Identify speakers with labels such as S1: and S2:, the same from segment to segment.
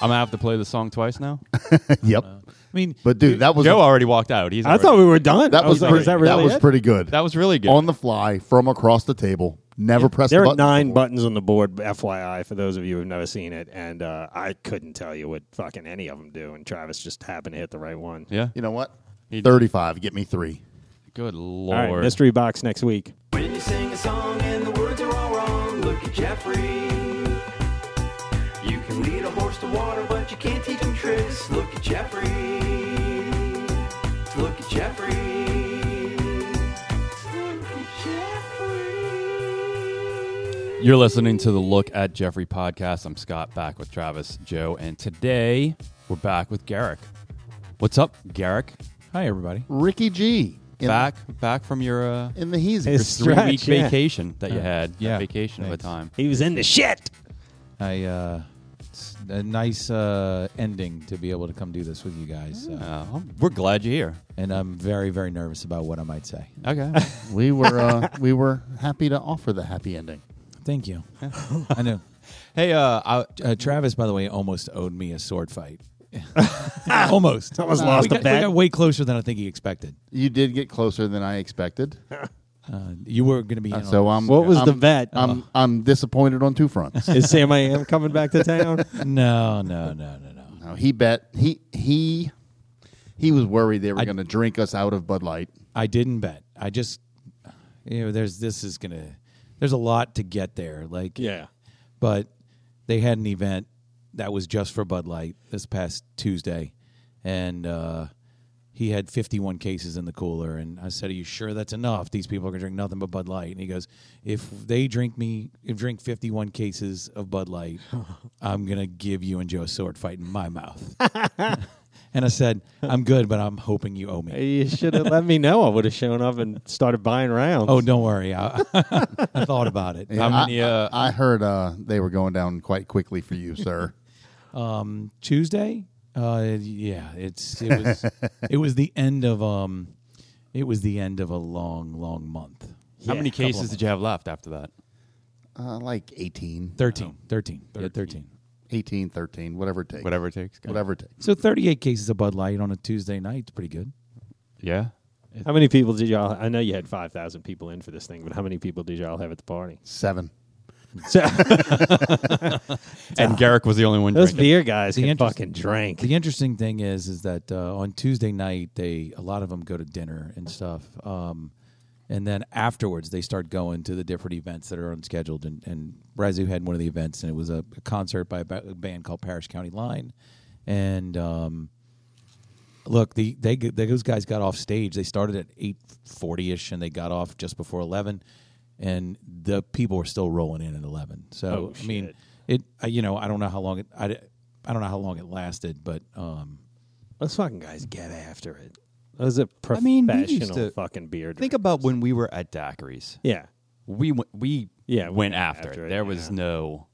S1: I'm gonna have to play the song twice now. I
S2: yep.
S1: mean,
S2: But dude, that was
S1: Joe already walked out. He's
S3: I thought we were done.
S2: that
S3: I
S2: was,
S3: like,
S2: pretty,
S3: is that really it?
S2: pretty good.
S1: that was really good.
S2: on the fly from across the table. Never pressed.
S3: There
S2: the
S3: are
S2: button
S3: nine
S2: before.
S3: buttons on the board, FYI, for those of you who've never seen it, and uh, I couldn't tell you what fucking any of them do, and Travis just happened to hit the right one.
S1: yeah.
S2: You know what?
S1: He-
S2: Thirty-five. Get me three.
S1: Good
S3: All right,
S1: lord.
S3: mystery box next week.
S4: When you sing a song and the words are all wrong, look at Jeffrey. You can lead a horse to water, but you can't teach him tricks. Look at Jeffrey. Look at Jeffrey. Look at Jeffrey.
S1: You're listening to the Look at Jeffrey podcast. I'm Scott, back with Travis, Joe, and today we're back with Garrick. What's up, Garrick? Hi, everybody.
S2: Ricky G. In,
S1: back, back from your uh,
S2: in the heezy.
S3: It's-
S1: three
S3: stretch,
S1: week
S3: yeah.
S1: vacation that you had.
S5: yeah,
S1: vacation of a
S5: thanks.
S1: time.
S3: He was in the shit.
S5: I uh, it's a nice uh, ending to be able to come do this with you guys. So.
S1: Uh, we're glad you're here.
S5: And I'm very very nervous about what I might say.
S1: Okay.
S2: we were uh, we were happy to offer the happy ending.
S5: Thank you. I know.
S1: hey, uh, I,
S5: Uh, Travis, by the way, almost owed me a sword fight. almost.
S3: Almost lost
S5: we
S3: a
S5: got, we
S3: bet.
S5: got way closer than I think he expected.
S2: You did get closer than I expected.
S5: Uh, you were going to be. in on
S2: So
S5: this.
S2: I'm.
S3: What was
S2: I'm,
S3: the bet?
S2: I'm I'm disappointed on two fronts.
S3: is Sam I am coming back to town?
S5: No, no, no, no, no.
S2: No, he bet he he he was worried they were
S5: I-
S2: going to drink us out of Bud Light.
S5: I didn't bet. I just, you know, there's this is gonna, there's a lot to get there. Like,
S3: yeah.
S5: but they had an event that was just for Bud Light this past Tuesday, and uh, he had 51 cases in the cooler. And I said, "Are you sure that's enough? These people are gonna drink nothing but Bud Light." And he goes, "If they drink me, if drink 51 cases of Bud Light, I'm gonna give you and Joe a sword fight in my mouth." and I said, "I'm good, but I'm hoping you owe me."
S3: You should have let me know. I would have shown up and started buying rounds.
S5: Oh, don't worry. I, I thought about it.
S1: how
S5: Um,
S1: many?
S2: I,
S1: uh,
S2: I heard uh, they were going down quite quickly for you, sir.
S5: Tuesday, uh, yeah, it's it was it was the end of um, it was the end of a long, long month.
S1: how many
S5: couple
S1: cases
S5: of
S1: did you have left after that?
S2: Uh, like 18,
S5: 13, 13, Yeah, 13.
S2: 18, 13, whatever it takes.
S1: Whatever it takes. guys.
S2: Whatever it takes.
S5: So thirty-eight cases of Bud Light on a Tuesday night. It's pretty good.
S1: Yeah.
S3: How many people did y'all? I know you had five thousand people in for this thing, but how many people did y'all have at the party?
S2: Seven.
S3: So
S1: And Garrick was the only one
S3: those
S1: drinking.
S3: beer guys can
S5: interest-
S3: fucking drink.
S5: The interesting thing is, is that uh, on Tuesday night they a lot of them go to dinner and stuff, um, and then afterwards they start going to the different events that are unscheduled. And, and Razoo had one of the events, and it was a, a concert by a, ba- a band called Parish County Line. And um, look, the they g- those guys got off stage. They started at eight forty ish, and they got off just before eleven. And the people were still rolling in at eleven. So
S3: Oh,
S5: I mean,
S3: shit.
S5: it I, you know I don't know how long it I, d- I don't know how long it lasted, but um,
S3: Those fucking guys get after it. Those are professional
S1: mean, we used to-
S3: fucking beer. Drink.
S1: Think about when we were at Daiquiri's.
S3: yeah.
S1: We went. We
S3: Yeah, we
S1: went
S3: went
S1: after,
S3: after
S1: it.
S3: it,
S1: There was
S3: yeah.
S1: no.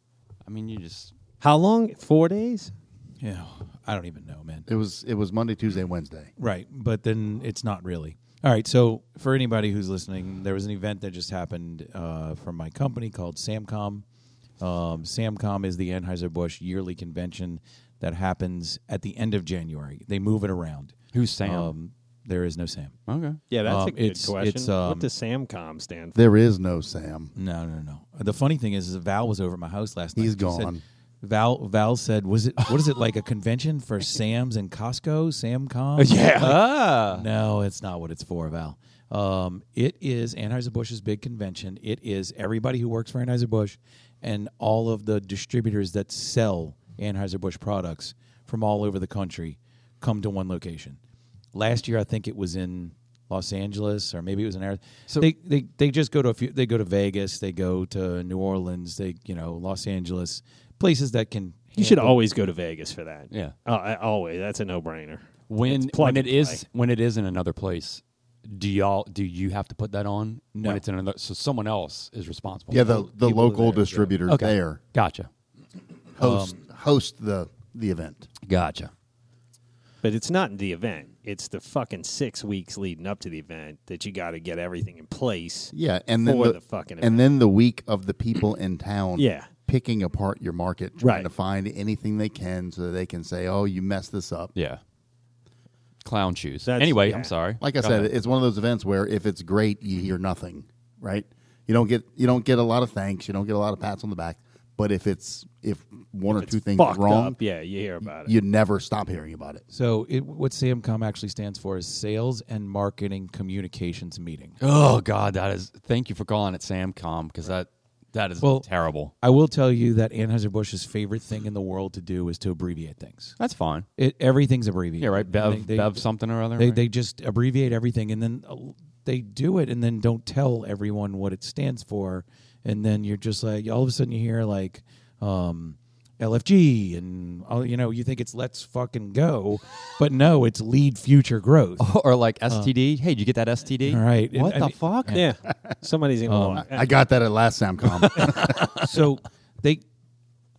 S1: I mean, you just
S3: How long? Four days.
S5: you know, I don't even know, man.
S2: It was it was Monday, Tuesday, Wednesday.
S5: Right, but then it's not really. All right, so for anybody who's listening, there was an event that just happened uh, from my company called Samcom. Um, Samcom is the Anheuser-Busch yearly convention that happens at the end of January. They move it around.
S1: who's Sam?
S5: Um, there is no Sam.
S1: okay.
S3: Yeah, that's
S5: Um,
S3: a good
S5: it's-
S3: question.
S5: it's, um,
S3: what does SamCom stand for?
S2: There is no Sam.
S5: No, no, no. The funny thing is, is Val was over at my house last night.
S2: He's
S5: and she said-
S2: gone.
S5: Val Val said, "Was it what is it like a convention for Sam's and Costco, Samcom?" Uh,
S3: Yeah.
S1: Ah.
S5: No, it's not what it's for, Val. Um, it is Anheuser-Busch's big convention. It is everybody who works for Anheuser-Busch and all of the distributors that sell Anheuser-Busch products from all over the country come to one location. Last year, I think it was in Los Angeles or maybe it was in Arizona. So they, they, they just go to a few, they go to Vegas, they go to New Orleans, they, you know, Los Angeles, places that can.
S3: You should always go to Vegas for that.
S1: Yeah.
S3: Oh, I, always. That's a no-brainer.
S1: When
S3: It's plug
S1: when it
S3: and
S1: is when it is in another place, do y'all do you have to put that on when it's in another? So someone else is responsible.
S2: Yeah, the, the
S5: people are
S2: local
S5: there, yeah.
S2: distributors
S1: Okay.
S2: there
S1: Gotcha.
S2: host host the the event.
S1: Gotcha.
S3: But it's not the event. It's the fucking six weeks leading up to the event that you got to get everything in place.
S2: Yeah, and then
S3: For
S2: the,
S3: the fucking
S2: and then the week of the people in town.
S3: Yeah.
S2: picking apart your market, trying
S3: Right.
S2: to find anything they can so that they can say, "Oh, you messed this up."
S1: Yeah. Clown shoes.
S3: That's-
S1: anyway,
S3: yeah.
S1: I'm sorry.
S2: Like I
S1: Go
S2: said,
S1: ahead.
S2: it's one of those events where if it's great, you hear nothing, right? You don't get you don't get a lot of thanks, you don't get a lot of pats on the back. But if it's if one or two things are
S3: Fucked
S2: wrong,
S3: up. Yeah, you hear about it.
S2: you never stop hearing about it.
S5: So it, what SAMCOM actually stands for is Sales and Marketing Communications Meeting.
S1: oh God, that is. Thank you for calling it Samcom because that that is
S5: Well-
S1: terrible.
S5: I will tell you that Anheuser-Busch's favorite thing in the world to do is to abbreviate things.
S1: That's fine.
S5: It, everything's abbreviated.
S1: Yeah, right. Bev,
S5: They- they-
S1: Bev something or other.
S5: They,
S1: right?
S5: they just abbreviate everything and then uh, they do it and then don't tell everyone what it stands for. And then you're just like, all of a sudden you hear like um, LFG and, all, you know, you think it's let's fucking go. But no, it's lead future growth.
S1: or like STD. hey, did you get that STD?
S5: Uh. All right.
S1: What
S5: I
S1: the
S5: mean-
S1: fuck?
S3: yeah, somebody's gonna. want it.
S2: I got that at last Samcom.
S5: so they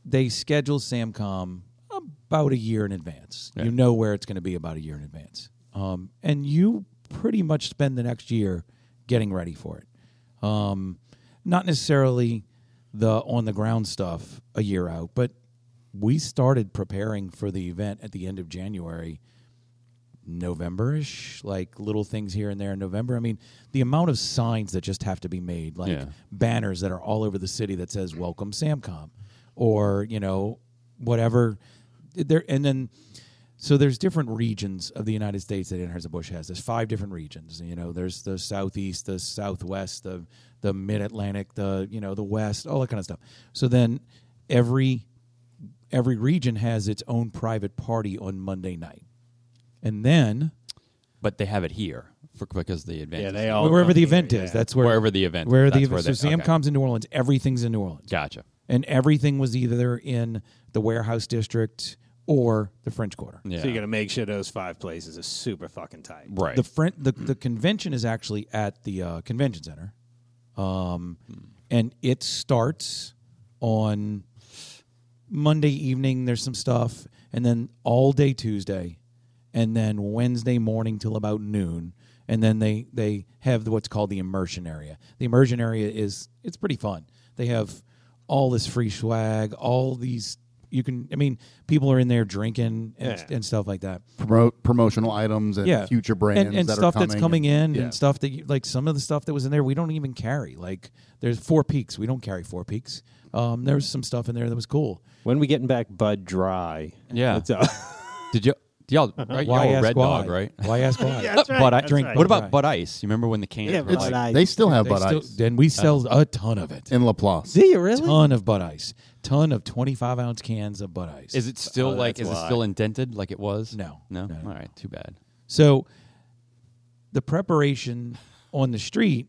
S5: they schedule Samcom about a year in advance. You know where it's going to be about a year in advance, um, and you pretty much spend the next year getting ready for it. Um, not necessarily the on the ground stuff a year out, but we started preparing for the event at the end of January. Novemberish, like little things here and there in November. I mean, the amount of signs that just have to be made, like
S1: Yeah.
S5: banners that are all over the city that says "Welcome Samcom," or you know, whatever. There and then, so there's different regions of the United States that Anheuser Busch has. There's five different regions. You know, there's the southeast, the southwest, the the mid Atlantic, the you know, the west, all that kind of stuff. So then, every every region has its own private party on Monday night. And then
S1: But they have it here for because the advance.
S3: Yeah,
S1: is
S3: they
S1: here.
S3: all
S5: wherever
S3: come
S5: the
S3: here,
S5: event
S3: yeah.
S5: is, that's where
S1: Wherever the event is,
S5: wherever the
S1: that's
S5: event.
S1: where
S5: so
S1: they- okay.
S5: Samcom's in New Orleans. Everything's in New Orleans.
S1: Gotcha.
S5: And everything was either in the warehouse district or the French Quarter.
S1: Yeah.
S3: So you got to make sure those five places are super fucking tight.
S1: right.
S5: The French the, the convention is actually at the uh, convention center, um, and it starts on Monday evening. There's some stuff, and then all day Tuesday, and then Wednesday morning till about noon, and then they they have what's called the immersion area. The immersion area is it's pretty fun. They have all this free swag, all these you can. I mean, people are in there drinking and,
S3: Yeah.
S5: and stuff like that
S2: Promote promotional items and
S5: yeah.
S2: future brands
S5: and, and
S2: that
S5: stuff
S2: are coming
S5: that's coming in
S2: yeah.
S5: and stuff that you, like some of the stuff that was in there we don't even carry like there's four peaks we don't carry four peaks um, there was some stuff in there that was cool
S3: When we getting back Bud Dry?
S1: Yeah.
S3: That's, uh,
S1: Did you? Y'all, right?
S5: why
S1: y'all were
S5: ask
S1: Red
S5: why
S1: Dog, right?
S5: why ask why
S3: Yeah, Uh-huh. that's right,
S1: Bud I-
S3: that's
S5: drink
S3: right.
S1: What about
S5: Right.
S1: Bud Ice? You remember when the cans
S3: Yeah,
S1: were
S3: Bud
S1: like,
S3: Ice.
S2: They still have
S5: They
S2: Bud
S5: still-
S2: Ice
S5: and we sell a ton of it
S2: in Laplace.
S3: Do you really?
S5: ton of Bud Ice ton of 25 ounce cans of Bud Ice
S1: is it still
S3: Oh,
S1: like, is
S3: that's
S1: it
S3: why.
S1: still indented like it was?
S5: No.
S1: No?
S5: No, no,
S1: All right. Too bad.
S5: So the preparation on the street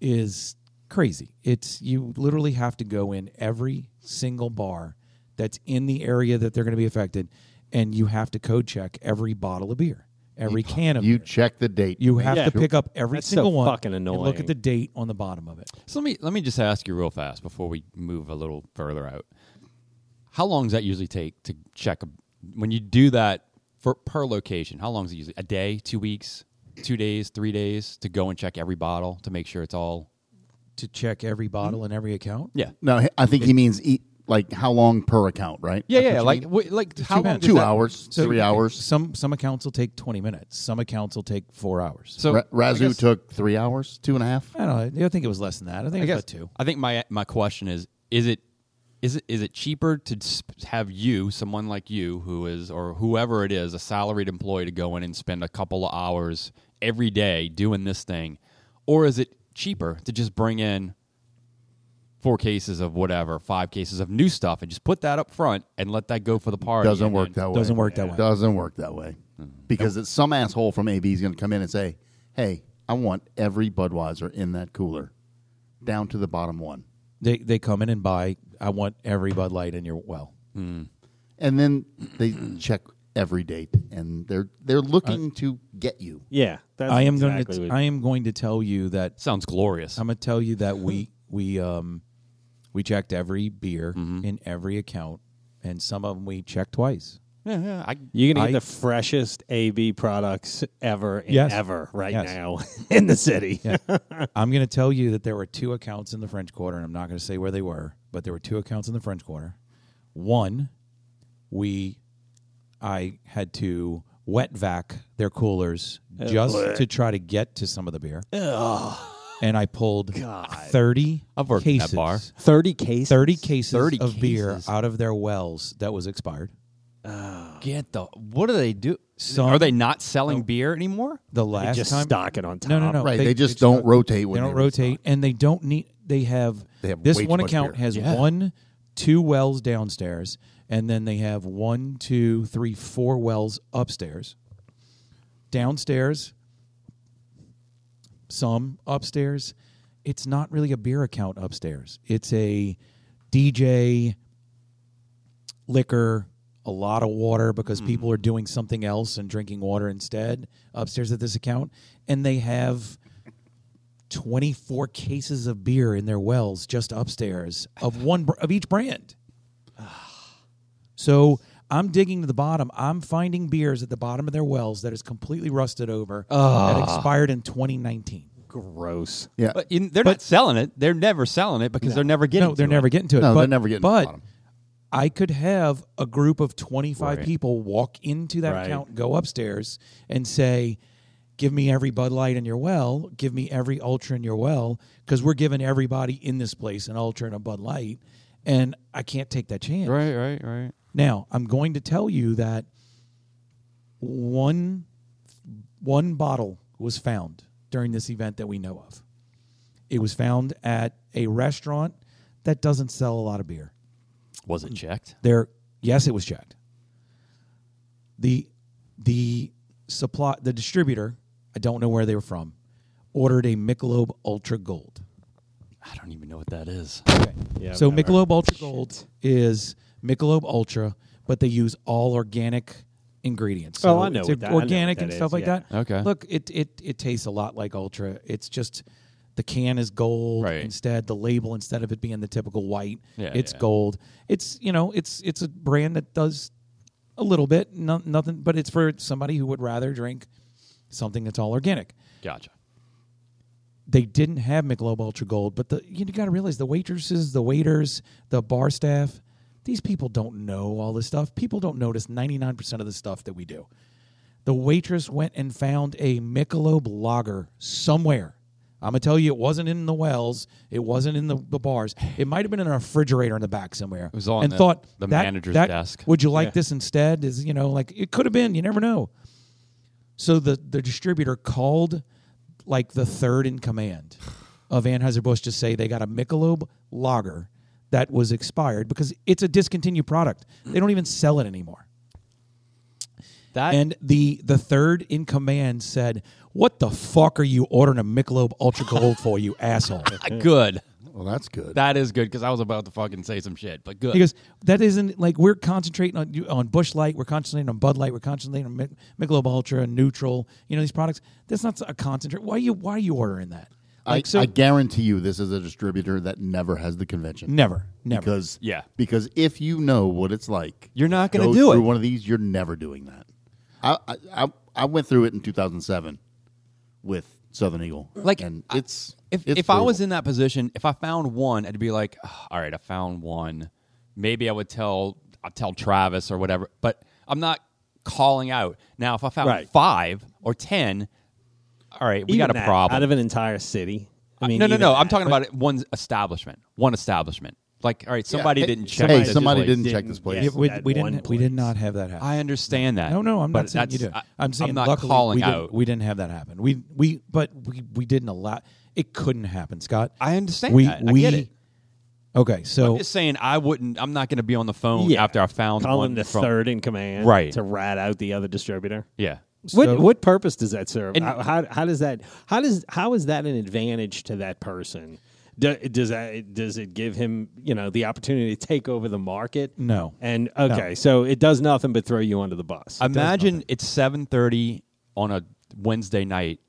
S5: is crazy. It's you literally have to go in every single bar that's in the area that they're going to be affected and you have to code check every bottle of beer, every can of
S2: You
S5: beer.
S2: check the date.
S5: You have
S3: Yeah.
S5: to pick up every
S3: That's so
S5: single one.
S3: fucking
S5: and look
S3: annoying.
S5: at the date on the bottom of it.
S1: So let me let me just ask you real fast before we move a little further out. How long does that usually take to check a, when you do that for per location? How long is it usually? A day, two weeks, two days, three days to go and check every bottle to make sure it's all.
S5: To check every bottle and every account.
S1: Yeah,
S2: No, he- I think he means eat like how long per account, right?
S1: yeah,
S2: That's
S1: yeah.
S2: what
S1: Like
S2: you mean?
S1: wait, like how long?
S5: bad.
S1: does
S2: two
S1: that-
S2: hours, three hours.
S5: Some some accounts will take twenty minutes. Some accounts will take four hours.
S1: So
S2: Ra-
S1: I
S2: Razoo
S1: guess-
S2: took three hours, two and a half.
S5: I don't know. I think it was less than that. I think
S1: I
S5: it was
S1: guess
S5: about two.
S1: I think my my question is is it is it is it cheaper to s- have you someone like you who is or whoever it is a salaried employee to go in and spend a couple of hours every day doing this thing or is it cheaper to just bring in four cases of whatever five cases of new stuff and just put that up front and let that go for the party
S2: Doesn't
S1: and
S2: work
S1: then-
S2: that way.
S5: doesn't work that way.
S2: Doesn't work that way. Because it's some asshole from AB is going to come in and say, "Hey, I want every Budweiser in that cooler, down to the bottom one."
S5: They they come in and buy. I want every Bud Light in your well.
S2: And then they check every date, and they're they're looking
S5: Uh,
S2: to get you.
S3: Yeah, that's
S5: I am
S3: exactly
S5: going
S3: what-
S5: to. I am going to tell you that.
S1: sounds
S2: Um,
S1: glorious
S5: I'm going to tell you that we we um
S3: Mm-hmm.
S5: we checked every beer in every account, and some of them we checked twice.
S1: Yeah, yeah. I,
S3: You're gonna
S5: I-
S3: get the freshest AB products ever and
S5: Yes.
S3: ever right
S5: Yes.
S3: now in the city.
S5: Yeah. I'm going to tell you that there were two accounts in the French Quarter, and I'm not going to say where they were, but there were two accounts in the French Quarter. One, we, I had to wet vac their coolers
S1: Oh,
S5: just to try to get to some of the beer, and I pulled thirty
S1: I've worked in that
S5: cases,
S1: bar.
S3: Thirty cases.
S5: thirty cases
S1: 30
S5: of beer
S1: cases.
S5: out of their wells that was expired.
S1: get the. What do they do?
S5: Some-
S1: Are they not selling beer anymore?
S5: The last
S3: Just
S5: time,
S3: stock it on top.
S5: no, no, no,
S2: Right,
S5: They,
S2: they just don't rotate when
S5: they don't
S2: they
S5: rotate, and they don't need. They have,
S2: They have
S5: this
S2: way too
S5: one
S2: much
S5: account
S2: beer.
S5: has
S1: Yeah.
S5: one, two wells downstairs, and then they have one, two, three, four wells upstairs. Downstairs, some upstairs. It's not really a beer account upstairs. It's a DJ liquor, a lot of water because
S2: Hmm.
S5: people are doing something else and drinking water instead upstairs at this account. And they have 24 cases of beer in their wells just upstairs of one br- of each brand. So I'm digging to the bottom. I'm finding beers at the bottom of their wells that is completely rusted over that expired in 2019.
S3: Gross.
S2: Yeah,
S1: But in, they're not selling it. They're never selling it because they're never getting.
S5: No, they're
S1: to
S5: never
S1: It.
S5: getting to it.
S2: No,
S5: but,
S2: they're never getting to the
S5: But
S2: bottom.
S5: I could have a group of twenty-five
S1: Right.
S5: people walk into that
S3: Right.
S5: account, go upstairs, and say, "Give me every Bud Light in your well. Give me every Ultra in your well," because we're giving everybody in this place an Ultra and a Bud Light, and I can't take that chance.
S1: Right, right, right.
S5: Now, I'm going to tell you that one one bottle was found during this event that we know of. It was found at a restaurant that doesn't sell a lot of beer.
S1: Was it checked?
S5: There yes, it was checked. The the supply the distributor, I don't know where they were from, ordered a Michelob Ultra Gold.
S1: I don't even know what that is.
S3: Yeah.
S5: so
S3: never.
S5: Michelob Ultra Gold is Michelob Ultra, but they use all organic ingredients. So
S3: Oh, I know
S5: it's
S3: what that- I know what
S5: organic
S3: that
S5: and
S3: is,
S5: stuff like
S3: yeah.
S5: that.
S1: Okay.
S5: look, it it it tastes a lot like Ultra. It's just the can is gold
S1: Right.
S5: instead. The label instead of it being the typical white,
S1: Yeah,
S5: it's
S1: yeah.
S5: gold. It's you know it's it's a brand that does a little bit no, nothing, but it's for somebody who would rather drink something that's all organic
S1: Gotcha.
S5: they didn't have Michelob Ultra Gold, but the you got to realize the waitresses, the waiters, the bar staff, these people don't know all this stuff. People don't notice ninety nine percent of the stuff that we do. The waitress went and found a Michelob Lager somewhere. I'm gonna tell you, it wasn't in the wells, it wasn't in the, the bars. It might have been in a refrigerator in the back somewhere. It
S1: was on
S5: and
S1: the-
S5: thought
S1: the
S5: that-
S1: manager's
S5: that-
S1: desk.
S5: Would you like this instead? Is you know like it could have been. You never know. So the the distributor called like the third in command of Anheuser Busch to say they got a Michelob Lager that was expired because it's a discontinued product. They don't even sell it anymore.
S1: That
S5: And the the third in command said, "What the fuck are you ordering a Michelob Ultra Gold for, you asshole?"
S1: good.
S2: well, that's good.
S1: That is good because I was about to fucking say some shit, but good.
S5: He goes, "That isn't like we're concentrating on you- on Bush Light, we're concentrating on Bud Light, we're concentrating on Mi- Michelob Ultra, Neutral, you know these products. That's not a concentrate. Why are you why are you ordering that?
S2: I,
S5: Like so,
S2: I guarantee you, this is a distributor that never has the convention.
S5: never, never.
S2: because
S1: Yeah.
S2: because if you know what it's like,
S1: You're not gonna
S2: go
S1: do
S2: through
S1: it.
S2: One of these, you're never doing that. I I, I, I went through it in 2007 with Southern Eagle.
S1: Like,
S2: and
S1: I-
S2: it's
S1: if
S2: it's
S1: if I was
S2: brutal.
S1: in that position, if I found one, I'd be like, "Ugh, all right, I found one. Maybe I would tell I'll tell Travis or whatever. But I'm not calling out. Now if I found
S3: Right.
S1: five or ten, all right, we
S3: Even
S1: got a
S3: that,
S1: problem.
S3: Out of an entire city. I mean,
S1: no, no,
S3: even
S1: no.
S3: that.
S1: I'm talking about one establishment. One establishment. Like, all right, somebody
S2: hey,
S1: didn't check.
S2: hey,
S1: this
S2: somebody
S1: place.
S2: didn't check this place.
S5: Yeah, we,
S3: that
S5: we
S3: one
S5: didn't. We did
S3: place.
S5: not have that happen.
S1: I understand that.
S5: no, no, I'm
S1: but
S5: not saying you
S1: that's-
S5: did.
S1: I,
S5: I'm saying
S1: I'm not
S5: luckily
S1: calling
S5: we
S1: out.
S5: Didn't, we didn't have that happen. We we but we we didn't allow. It couldn't happen, Scott.
S1: I understand
S5: we
S1: that. I
S5: we
S1: get it.
S5: okay. So
S1: I'm just saying I wouldn't. I'm not going to be on the phone
S3: Yeah.
S1: after I found
S3: Call
S1: one
S3: him the
S1: from-
S3: third in command,
S1: Right.
S3: To rat out the other distributor.
S1: Yeah.
S5: So-
S3: What what purpose does that serve?
S1: And-
S3: how, how how does that how does how is that an advantage to that person? Do, does that does it give him you know the opportunity to take over the market?
S5: No.
S3: And okay, so it does nothing but throw you under the bus.
S1: Imagine it's 7:30 on a Wednesday night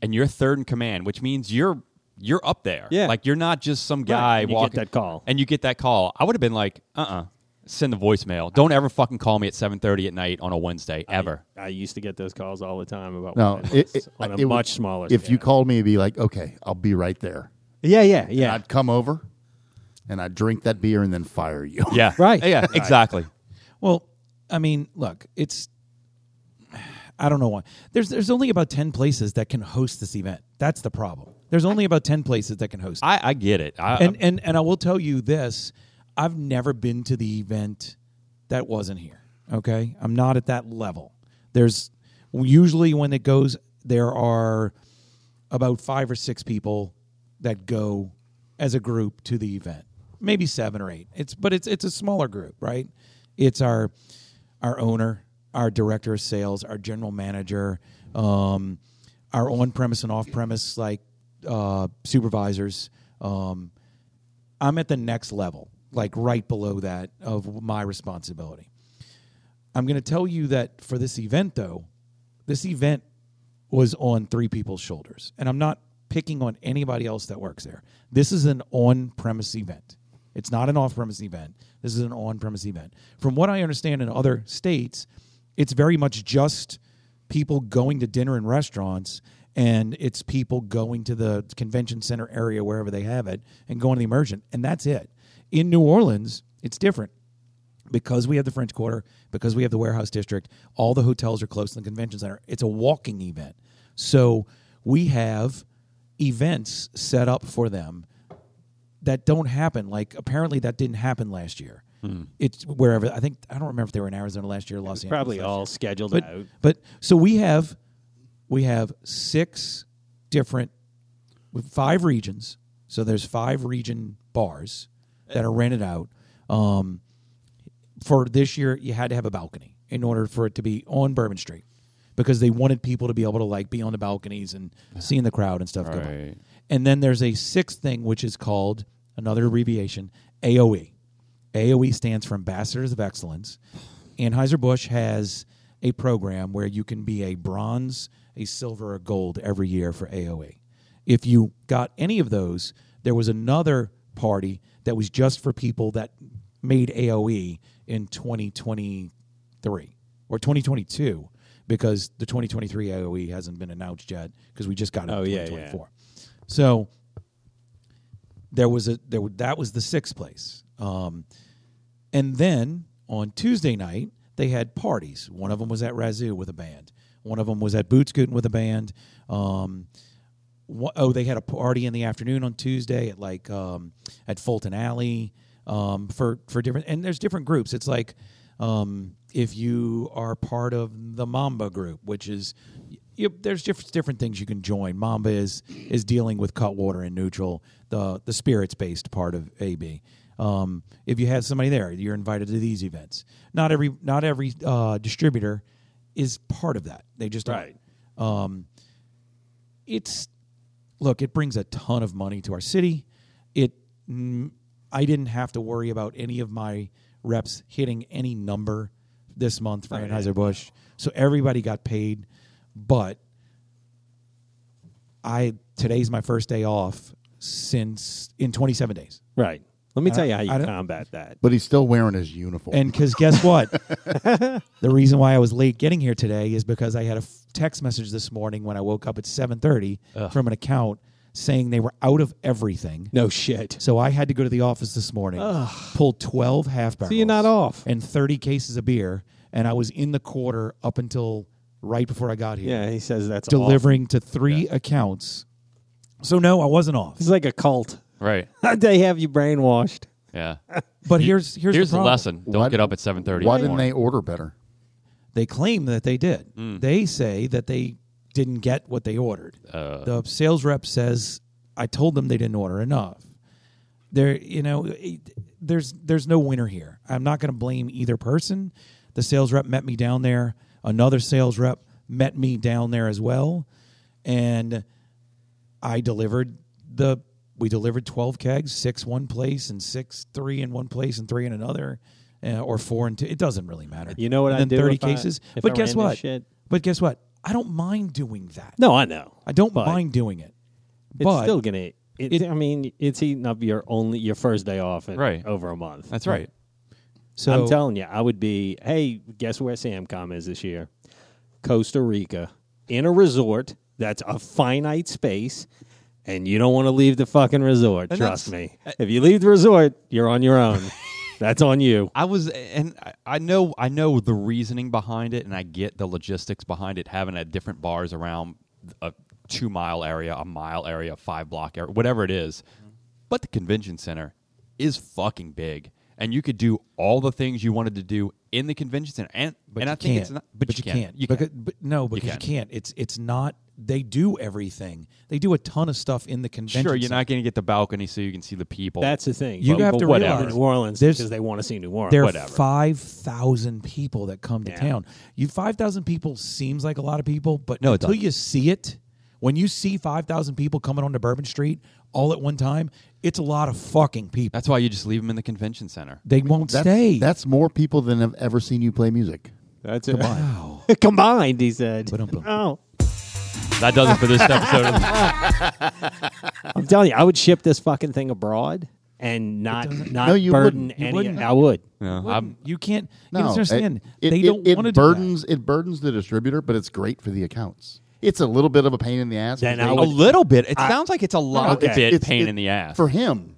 S1: and you're third in command, which means you're you're up there.
S3: Yeah.
S1: Like you're not just some
S3: Right,
S1: guy
S3: and you get
S1: walking
S3: that call.
S1: And you get that call. I would have been like, "Uh-uh. send the voicemail. Don't ever fucking call me at 7:30 at night on a Wednesday ever.
S3: I used to get those calls all the time about
S2: No,
S3: what it
S2: it-
S3: was
S2: it-
S3: on a
S2: it would-
S3: much smaller.
S2: If you
S3: scale.
S2: called me, it'd be like, okay, I'll be right there.
S3: yeah, yeah, yeah,
S2: I'd come over, and I'd drink that beer and then fire you.
S1: yeah.
S3: Right.
S1: Yeah, exactly.
S5: Well, I mean, look, it's I don't know why. There's there's only about ten places that can host this event. That's the problem. There's only about ten places that can host. it.
S1: I, I get it. I,
S5: and and and I will tell you this: I've never been to the event that wasn't here. Okay, I'm not at that level. There's usually when it goes, there are about five or six people that go as a group to the event. Maybe seven or eight. It's but it's it's a smaller group, right? It's our our owner, our director of sales, our general manager, um, our on premise and off premise like uh, supervisors. Um, I'm at the next level, like right below that of my responsibility. I'm going to tell you that for this event, though, this event was on three people's shoulders. And I'm not picking on anybody else that works there. This is an on premise event. It's not an off premise event. This is an on premise event. From what I understand in other states, it's very much just people going to dinner and restaurants and it's people going to the convention center area wherever they have it and going to the immersion and that's it in new orleans it's different because we have the French Quarter, because we have the warehouse district, all the hotels are close to the convention center. It's a walking event. So we have events set up for them that don't happen. Like apparently that didn't happen last year.
S3: Hmm.
S5: It's wherever I think I don't remember if they were in Arizona last year, or Los Angeles.
S3: probably
S5: last
S3: all
S5: year.
S3: scheduled
S5: But
S3: out.
S5: but so we have we have six different with five regions. So there's five region bars that are rented out. Um, for this year, you had to have a balcony in order for it to be on Bourbon Street because they wanted people to be able to like be on the balconies and seeing the crowd and stuff. go by.
S1: Right.
S5: And then there's a sixth thing which is called another abbreviation E. AOE. AOE stands for Ambassadors of Excellence. Anheuser Busch has a program where you can be a bronze, a silver, or gold every year for E. AOE. If you got any of those, there was another party that was just for people that made AOE in 2023 or 2022 because the 2023 AOE E hasn't been announced yet because we just got it
S3: Oh,
S5: in
S3: yeah, yeah.
S5: 2024. So there was a there wa- that was the sixth place. Um, and then on Tuesday night, they had parties. One of them was at Razoo with a band. One of them was at Bootscootin' with a band. Um, wha- oh, they had a party in the afternoon on Tuesday at like um, at Fulton Alley um, for for different. And there's different groups. It's like um, if you are part of the Mamba group, which is you, there's different different things you can join. Mamba is is dealing with cut water and neutral, the the spirits based part of AB. Um, if you have somebody there, you're invited to these events. Not every not every uh, distributor is part of that. They just aren't
S3: Right.
S5: it's look it brings a ton of money to our city it mm, i didn't have to worry about any of my reps hitting any number this month for anheuser-busch so everybody got paid but i today's my first day off since in 27 days
S3: Right. Let me
S5: I
S3: tell
S5: don't-
S3: you how you
S5: I don't-
S3: combat that.
S2: But he's still wearing his uniform.
S5: and because guess what? the reason why I was late getting here today is because I had a f- text message this morning when I woke up at 7:30 from an account saying they were out of everything.
S3: No shit.
S5: So I had to go to the office this morning, pull 12 half barrels.
S3: you're not off.
S5: And 30 cases of beer, and I was in the quarter up until right before I got here,
S3: Yeah, he says that's awful.
S5: delivering to three accounts. So no, I wasn't off.
S3: It's like a cult.
S1: right.
S3: they have you brainwashed.
S1: Yeah.
S5: But here's here's,
S1: Here's
S5: the,
S1: the,
S5: problem.
S1: lesson. Don't
S2: Why-
S1: get up at 7:30.
S2: Why
S1: in the
S2: didn't
S1: morning.
S2: they order better?
S5: They claim that they did.
S1: Hmm.
S5: They say that they didn't get what they ordered.
S1: Uh.
S5: the sales rep says, "I told them they didn't order enough." There, you know, it- there's there's no winner here. I'm not going to blame either person. The sales rep met me down there. Another sales rep met me down there as well, and I delivered the we delivered 12 kegs, six one place and six three in one place and three in another, uh, or four and two. It doesn't really matter.
S3: You know what
S5: And
S3: I'd
S5: then
S3: do
S5: 30
S3: if I-
S5: cases.
S3: if
S5: but
S3: I
S5: guess
S3: ran this
S5: what?
S3: shit?
S5: But guess what? I don't mind doing that.
S3: No, I know.
S5: I don't
S3: But
S5: mind doing it.
S3: It's
S5: but
S3: still gonna. It,
S5: it-
S3: I mean, it's eating up your only your first day off in
S1: Right.
S3: over a month.
S1: That's right.
S5: So
S3: I'm telling you, I would be. Hey, guess where Samcom is this year? Costa Rica, in a resort that's a finite space, and you don't want to leave the fucking resort. trust me. if you leave the resort, you're on your own. that's on you.
S1: I was, and I- I know, I know the reasoning behind it, and I get the logistics behind it. Having at different bars around a two mile area, a mile area, a five block area, whatever it is. But the convention center is fucking big, and you could do all the things you wanted to do in the convention center. And
S5: but
S1: and
S5: you
S1: I
S5: can't.
S1: think it's not, but, you, can't. You
S5: Becau-
S1: can't.
S5: but no, because you,
S1: can.
S5: can. not It's it's not. They do everything. They do a ton of stuff in the convention.
S1: Sure, you're
S5: center.
S1: not going to get the balcony so you can see the people.
S3: That's the thing.
S5: You
S3: But-
S5: have
S3: but
S5: to
S3: whatever.
S5: realize
S3: New Orleans
S5: there's-
S3: because they want to see New Orleans.
S5: There are
S3: whatever.
S5: five thousand people that come to
S3: Yeah.
S5: town. You five thousand people seems like a lot of people, but
S1: No, it
S5: until
S1: doesn't.
S5: you see it, when you see five thousand people coming onto Bourbon Street all at one time, it's a lot of fucking people.
S1: That's why you just leave them in the convention center.
S5: They won't
S2: That's,
S5: stay.
S2: that's more people than have ever seen you play music.
S3: That's it. Combined, he said.
S5: Ba-dum-bum.
S3: Oh,
S1: That does it for this episode. Of the-
S3: I'm telling you, I would ship this fucking thing abroad and not not
S2: No, you
S3: burden
S2: wouldn't.
S5: You
S3: any.
S5: wouldn't.
S3: I would.
S1: Yeah,
S5: Wouldn't.
S1: I'm-
S5: you can't.
S2: No,
S5: you don't understand.
S2: It,
S5: they
S2: it,
S5: don't
S2: it,
S5: want to
S2: it burdens it burdens the distributor, but it's great for the accounts. It's a little bit of a pain in the ass.
S3: Then
S2: because
S3: I
S1: a
S2: they-
S3: would-
S1: little bit. It sounds like it's a
S2: No,
S1: lot
S2: it's-
S1: bit
S2: it's-
S1: pain
S2: it-
S1: in the ass.
S2: for him.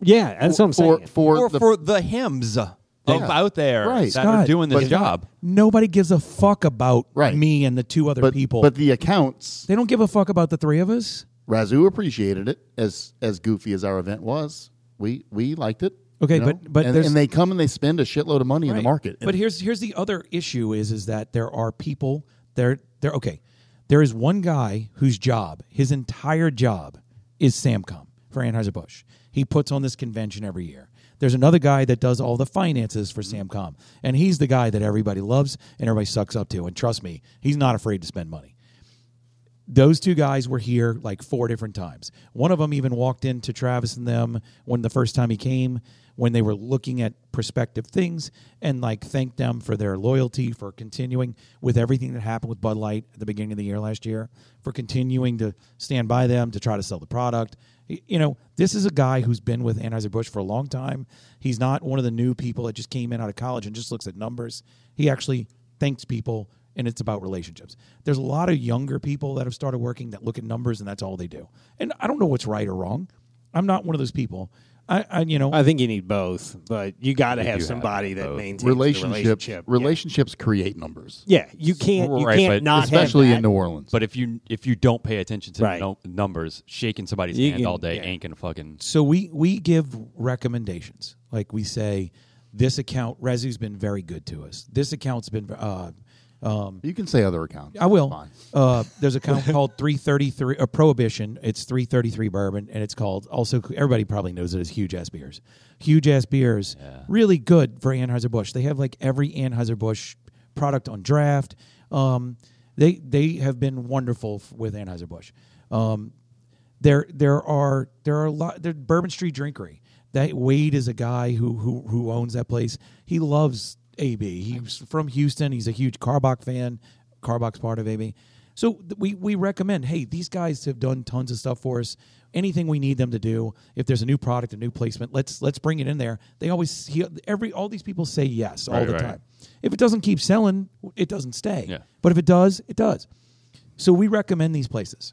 S3: Yeah, that's what I'm
S2: for,
S3: saying.
S2: For,
S1: or
S2: the,
S1: for the hymns of out there
S2: Right.
S1: that
S5: Scott,
S1: are doing this
S5: but-
S1: job.
S5: Nobody gives a fuck about
S2: Right.
S5: me and the two other
S2: but,
S5: people.
S2: but the accounts.
S5: they don't give a fuck about the three of us.
S2: Razoo appreciated it as as goofy as our event was. We we liked it.
S5: Okay,
S2: you know?
S5: but- but
S2: and,
S5: there's-
S2: and they come and they spend a shitload of money in the
S5: Right.
S2: market.
S5: But here's here's the other issue is is that there are people there there okay. There is one guy whose job, his entire job, is Samcom for Anheuser Busch. He puts on this convention every year. There's another guy that does all the finances for Samcom, and he's the guy that everybody loves and everybody sucks up to. And trust me, he's not afraid to spend money those two guys were here like four different times. One of them even walked into Travis and them when the first time he came, when they were looking at prospective things and like thanked them for their loyalty for continuing with everything that happened with Bud Light at the beginning of the year last year, for continuing to stand by them to try to sell the product. Y- You know, this is a guy who's been with Anheuser-Busch for a long time. He's not one of the new people that just came in out of college and just looks at numbers. He actually thanks people and it's about relationships. There's a lot of younger people that have started working that look at numbers and that's all they do. And I don't know what's right or wrong. I'm not one of those people. I, I you know,
S3: I think you need both, but you got to have
S1: do have
S3: somebody that maintains the
S2: relationships
S3: relationship.
S2: relationships create numbers,
S3: Yeah, Yeah, you can't. You
S1: Right,
S3: can't
S1: but
S3: not
S2: especially
S3: have
S2: in
S3: that.
S2: New Orleans.
S1: But if you if you don't pay attention to
S3: Right.
S1: no, numbers, shaking somebody's
S3: You
S1: hand
S3: can-
S1: all day
S3: yeah.
S1: ain't gonna fucking.
S5: so we we give recommendations. Like we say, this account Rezu's been very good to us. This account's been. Uh,
S2: you can say other accounts.
S5: I will.
S2: Fine.
S5: Uh, there's an account called 333 uh, Prohibition. It's 333 Bourbon, and it's called also. Everybody probably knows it as Huge Ass Beers. Huge Ass Beers, really good for Anheuser Busch. They have like every Anheuser Busch product on draft. Um, they they have been wonderful f- with Anheuser Busch. Um, there there are there are a lot there Bourbon Street Drinkery. That Wade is a guy who who who owns that place. He loves AB. He's from Houston. He's a huge Carbach fan. Carbach's part of AB. So th- we we recommend, hey, these guys have done tons of stuff for us. Anything we need them to do, if there's a new product, a new placement, let's let's bring it in there. They always he, every all these people say yes all
S1: Right,
S5: the
S1: right.
S5: time. If it doesn't keep selling, it doesn't stay.
S1: Yeah.
S5: But if it does, it does. So we recommend these places.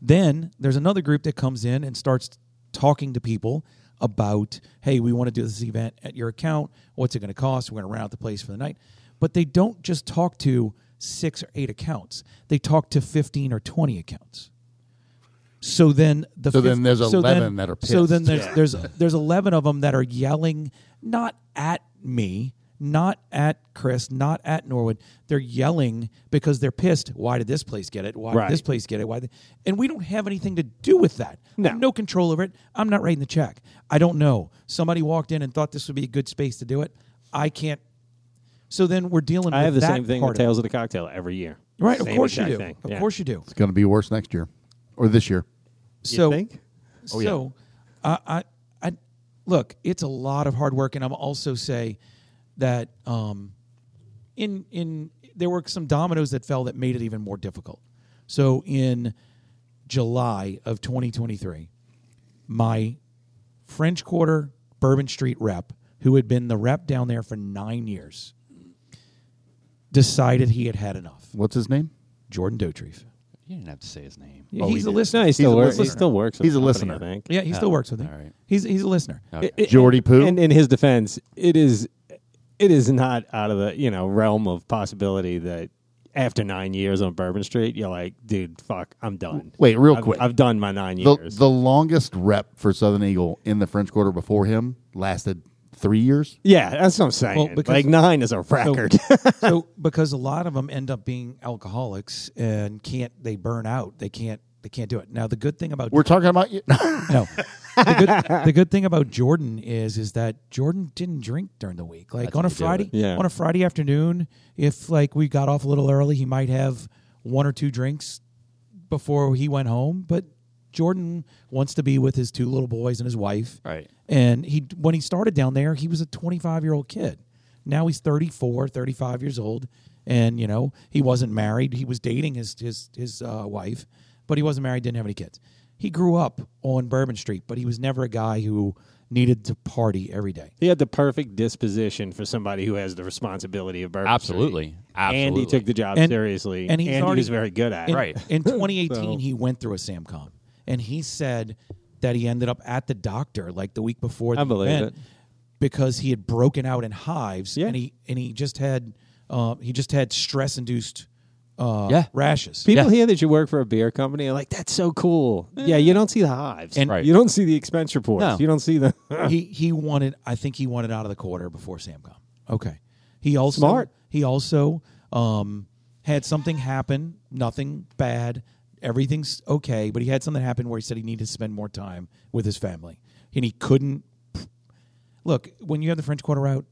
S5: Then there's another group that comes in and starts talking to people about, hey, we want to do this event at your account. What's it going to cost? We're going to rent out the place for the night. But they don't just talk to six or eight accounts, they talk to 15 or 20 accounts. So then the
S2: So then there's 11
S5: then-
S2: that are
S5: So then
S2: pissed.
S5: there's there's there's 11 of them that are yelling not at me, not at Chris, not at Norwood. They're yelling because they're pissed. Why did this place get it? Why
S3: Right.
S5: did this place get it? Why? Did, and we don't have anything to do with that. I have
S3: No.
S5: no control over it. I'm not writing the check. I don't know. Somebody walked in and thought this would be a good space to do it. I can't. So then we're dealing.
S3: I
S5: with
S3: have the
S5: that
S3: same thing
S5: part
S3: with
S5: of it.
S3: Tales of the Cocktail every year.
S5: Right,
S3: Same
S5: of course you
S3: exact
S5: do.
S3: thing.
S5: Of
S3: Yeah.
S5: course you do.
S2: It's going to be worse next year or this year.
S5: So
S3: think?
S5: so I, I I look, it's a lot of hard work, and I'm also say that um, in in there were some dominoes that fell that made it even more difficult. So in July of 2023, my French Quarter Bourbon Street rep who had been the rep down there for nine years, decided he had had enough.
S2: What's his name?
S5: Jordan Dotrieve.
S1: You didn't have to say his name.
S5: Yeah,
S2: Oh,
S5: he's
S2: he
S5: a
S2: did.
S5: listener.
S3: No, he still,
S2: a
S3: works. he
S2: listener.
S3: still works. with
S2: He's
S3: the
S2: a
S3: company,
S2: listener.
S3: I think.
S5: Yeah, he still works with him.
S1: all right.
S5: He's he's a listener.
S1: Okay.
S3: It-
S2: Geordie Poo?
S3: And in his defense, it is it is not out of the you know realm of possibility that after nine years on Bourbon Street, you're like, dude, fuck, I'm done.
S2: Wait, real
S3: I've,
S2: quick.
S3: I've done my nine
S2: The,
S3: years.
S2: the longest rep for Southern Eagle in the French Quarter before him lasted three years.
S3: yeah, that's what I'm saying.
S5: Well, because-
S3: like nine is a record.
S5: so because a lot of them end up being alcoholics and can't they burn out? They can't they can't do it. Now the good thing about
S2: We're talking about you.
S5: no. the, good, the good thing about Jordan is is that Jordan didn't drink during the week. Like on a Friday,
S3: Yeah.
S5: on a Friday afternoon, if like we got off a little early, he might have one or two drinks before he went home. But Jordan wants to be with his two little boys and his wife.
S1: Right.
S5: And he when he started down there, he was a 25-year-old kid. Now he's 34, 35 years old and you know, he wasn't married. He was dating his his his uh, wife, but he wasn't married, didn't have any kids. He grew up on Bourbon Street, but he was never a guy who needed to party every day.
S3: he had the perfect disposition for somebody who has the responsibility of Bourbon
S1: Absolutely.
S3: Street. And
S1: Absolutely.
S3: he took the job
S5: And-
S3: seriously,
S5: and he's
S3: and he
S5: already-
S3: was very good at it.
S5: In,
S1: Right.
S5: In 2018, he went through a SAMCOM, and he said that he ended up at the doctor like the week before the
S3: believe
S5: event
S3: it.
S5: because he had broken out in hives,
S3: Yeah.
S5: and he and he just had uh, he just had stress induced uh,
S1: Yeah.
S5: rashes.
S3: People
S1: Yeah.
S3: hear that you work for a beer company are like, that's so cool. Yeah, you don't see the hives.
S5: And-
S1: Right.
S3: You don't see the expense reports.
S1: No.
S3: You don't see the.
S5: he he wanted I think he wanted out of the quarter before Samcom. Okay. He also
S3: Smart.
S5: he also um had something happen, nothing bad, everything's okay, but he had something happen where he said he needed to spend more time with his family. And he couldn't look, when you have the French Quarter out,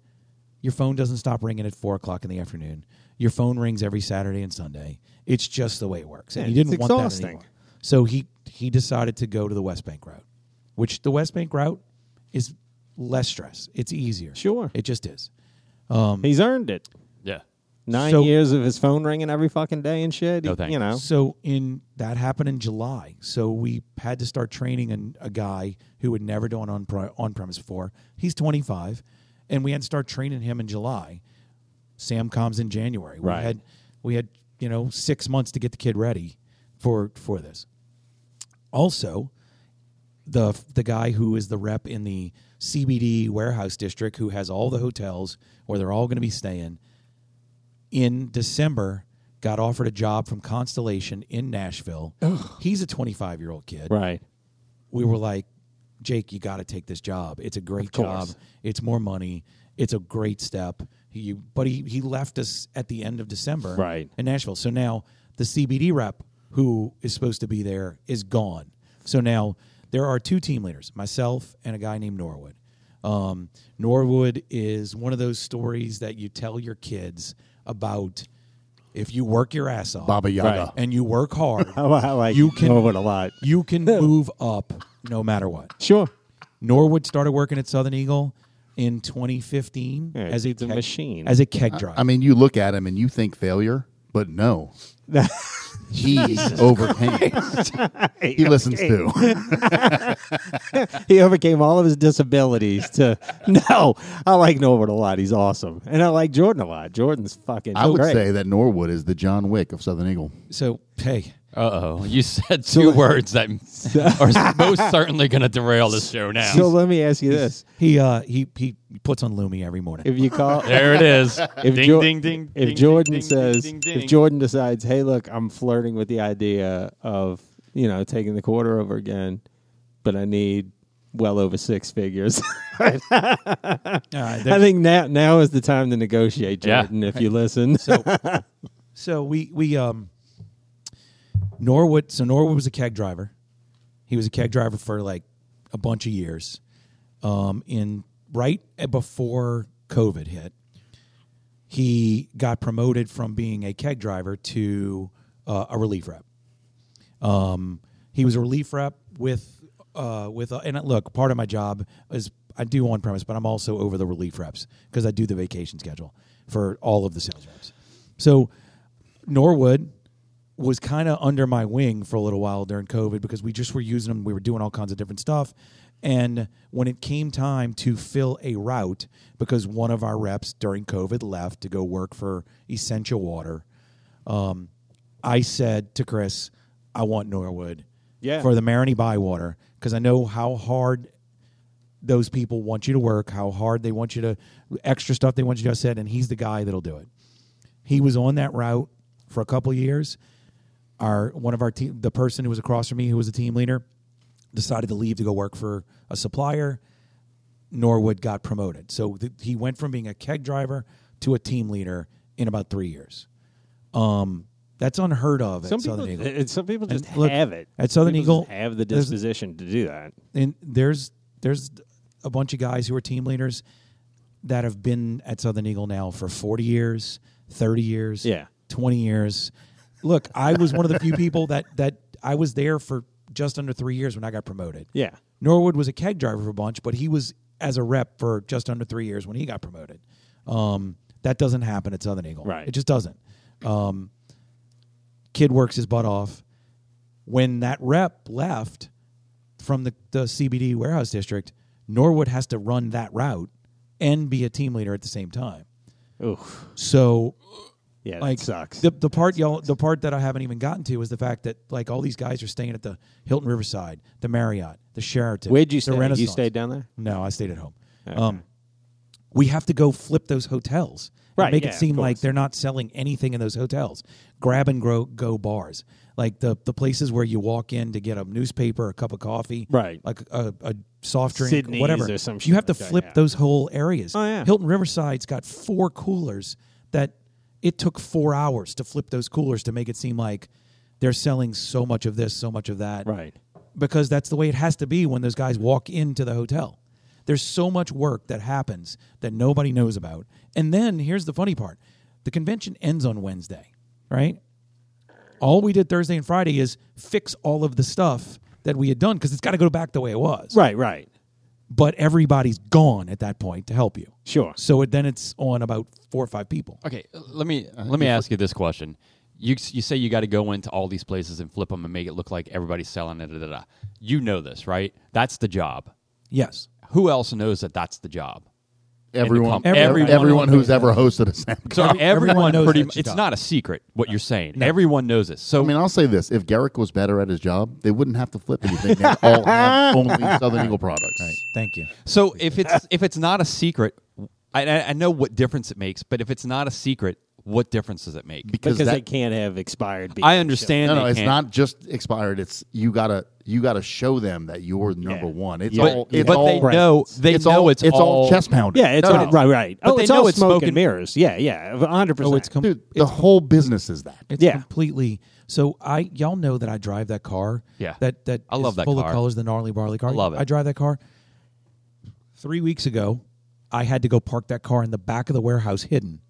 S5: your phone doesn't stop ringing at four o'clock in the afternoon. Your phone rings every Saturday and Sunday. It's just the way it works, and
S3: Yeah,
S5: he didn't
S3: it's
S5: want that
S3: exhausting.
S5: anymore. So he he decided to go to the West Bank route, which the West Bank route is less stress. It's easier.
S3: Sure.
S5: it just is.
S3: He's earned it.
S1: Yeah.
S3: Nine
S5: So-
S3: years of his phone ringing every fucking day and shit.
S1: No
S3: He-
S1: thanks.
S3: You know.
S5: So in that happened in July. So we had to start training an, a guy who had never done on on premise before. He's 25, and we had to start training him in July. Sam comes in January.
S3: Right.
S5: We had we had you know six months to get the kid ready for for this. Also, the the guy who is the rep in the CBD warehouse district who has all the hotels where they're all going to be staying in December got offered a job from Constellation in Nashville. He's a 25 year old kid.
S3: Right.
S5: We were like, Jake, you got to take this job. It's a great job.
S3: course.
S5: It's more money. It's a great step. He, but he, he left us at the end of December
S3: Right.
S5: in Nashville. So now the CBD rep who is supposed to be there is gone. So now there are two team leaders, myself and a guy named Norwood. Um, Norwood is one of those stories that you tell your kids about if you work your ass off
S2: Baba Yaga.
S3: Right.
S5: and you work hard,
S3: I, I like
S5: You can-
S3: Norwood a lot.
S5: you can move up no matter what.
S3: Sure.
S5: Norwood started working at Southern Eagle in 2015
S3: Yeah,
S5: as a
S3: it's a
S5: keg-
S3: machine.
S5: as a keg driver.
S2: I mean, you look at him and you think failure, but no. he overcame. he listens to.
S3: He overcame all of his disabilities to. No, I like Norwood a lot. He's awesome, and I like Jordan a lot. Jordan's fucking.
S2: I would
S3: great.
S2: say that Norwood is the John Wick of Southern Eagle.
S5: so hey,
S1: Uh oh. You said two words that are most certainly going to derail this show now.
S3: So let me ask you this:
S5: he uh he he puts on Lumi every morning.
S3: If you call,
S1: there it is.
S3: if
S1: ding,
S3: Jo-
S1: ding, ding.
S3: if
S1: ding,
S3: Jordan
S1: ding, ding,
S3: says
S1: ding, ding,
S3: if Jordan decides, hey, look, I'm flirting with the idea of you know taking the quarter over again, but I need well over six figures.
S5: Uh, there's-
S3: I think now now is the time to negotiate,
S1: Yeah.
S3: Jordan. If you listen,
S5: So we we um Norwood so Norwood was a keg driver. He was a keg driver for like a bunch of years. Um in right before COVID hit, he got promoted from being a keg driver to uh, a relief rep. Um, he was a relief rep with uh, with uh, and look, part of my job is I do on premise, but I'm also over the relief reps because I do the vacation schedule for all of the sales reps. So Norwood was kind of under my wing for a little while during COVID because we just were using him. We were doing all kinds of different stuff, And when it came time to fill a route, because one of our reps during COVID left to go work for Essential Water, um, I said to Chris, I want Norwood
S3: Yeah.
S5: for the Marini Bywater because I know how hard those people want you to work, how hard they want you to, extra stuff they want you to. I said, and he's the guy that'll do it. He was on that route for a couple years. Our one of our team, the person who was across from me, who was a team leader, decided to leave to go work for a supplier. Norwood got promoted, so th- he went from being a keg driver to a team leader in about three years. Um, that's unheard of.
S3: Some
S5: at Southern
S3: people,
S5: Eagle.
S3: uh, some people just
S5: look,
S3: have it.
S5: at Southern
S3: People
S5: Eagle,
S3: just have the
S5: there's-
S3: disposition to do that.
S5: and there's there's a bunch of guys who are team leaders that have been at Southern Eagle now for 40 years, 30 years,
S3: Yeah.
S5: 20 years. Look, I was one of the few people that that I was there for just under 3 years when I got promoted.
S3: Yeah.
S5: Norwood was a keg driver for a bunch, but he was as a rep for just under 3 years when he got promoted. Um that doesn't happen at Southern Eagle.
S3: Right.
S5: It just doesn't. Um kid works his butt off. When that rep left, from the, the CBD warehouse district, Norwood has to run that route and be a team leader at the same time.
S3: Oof.
S5: So,
S3: Yeah, that
S5: like,
S3: sucks.
S5: The, the part y'all, the part that I haven't even gotten to is the fact that like all these guys are staying at the Hilton Riverside, the Marriott, the Sheraton.
S3: Where'd you
S5: the
S3: stay? You
S5: Renaissance.
S3: stayed down there?
S5: No, I stayed at home. Um, we have to go flip those hotels. and
S3: Right,
S5: make
S3: yeah,
S5: it
S3: of
S5: seem like
S3: course.
S5: they're not selling anything in those hotels. Grab and go, go bars. Like the, the places where you walk in to get a newspaper, a cup of coffee,
S3: Right.
S5: Like a, a soft drink,
S3: Sydney's
S5: whatever.
S3: or some
S5: you
S3: shit
S5: have to
S3: like that,
S5: flip
S3: yeah.
S5: those whole areas.
S3: Oh, yeah.
S5: Hilton Riverside's got four coolers that it took four hours to flip those coolers to make it seem like they're selling so much of this, so much of that
S3: Right.
S5: because that's the way it has to be when those guys walk into the hotel. There's so much work that happens that nobody knows about. And then here's the funny part the convention ends on Wednesday, right? All we did Thursday and Friday is fix all of the stuff that we had done because it's got to go back the way it was.
S3: Right, right.
S5: But everybody's gone at that point to help you.
S3: Sure.
S5: So it, then it's on about four or five people.
S1: Okay, uh, let me let me ask you this question. You s- you say you got to go into all these places and flip them and make it look like everybody's selling it. Da, da, da. You know this, right? That's the job.
S5: Yes.
S1: Who else knows that that's the job?
S2: Everyone,
S1: comp- Everyone-
S2: everyone, everyone who's ever hosted a Sam.
S1: So everyone,
S5: knows
S1: pretty.
S5: that's
S1: much
S5: your
S1: it's
S5: job.
S1: not a secret what you're saying. Everyone knows this. So
S2: I mean, I'll say this: if Garrick was better at his job, they wouldn't have to flip anything. They all have only Southern Eagle products.
S5: Right. Thank you.
S1: So if it's if it's not a secret, I, I I know what difference it makes. But if it's not a secret, what difference does it make?
S2: Because,
S3: Because
S2: that,
S3: they can't have expired. beer.
S1: I understand.
S2: no,
S1: they
S2: no, it's
S1: can't.
S2: not just expired. It's you gotta you gotta show them that you're number one. It's
S3: But-
S2: all.
S1: But,
S2: It's
S1: but
S2: all,
S1: they know. They
S2: it's
S1: know
S2: all,
S1: it's,
S2: all, chest pounding.
S3: Yeah, it's
S2: No,
S3: all,
S2: no.
S3: right, right.
S1: But
S3: oh,
S1: they
S3: it's
S1: know
S3: all
S1: it's
S3: smoke
S1: smoking-
S3: and mirrors. Yeah, yeah, hundred percent.
S5: Oh, it's com-
S2: dude. The whole business is that.
S5: It's
S3: Yeah.
S5: completely. So I y'all know that I drive that car.
S1: Yeah.
S5: That that
S1: I love
S5: is
S1: that
S5: full
S1: car.
S5: of colors, the gnarly barley car.
S1: I love it.
S5: I drive that car. Three weeks ago, I had to go park that car in the back of the warehouse, hidden,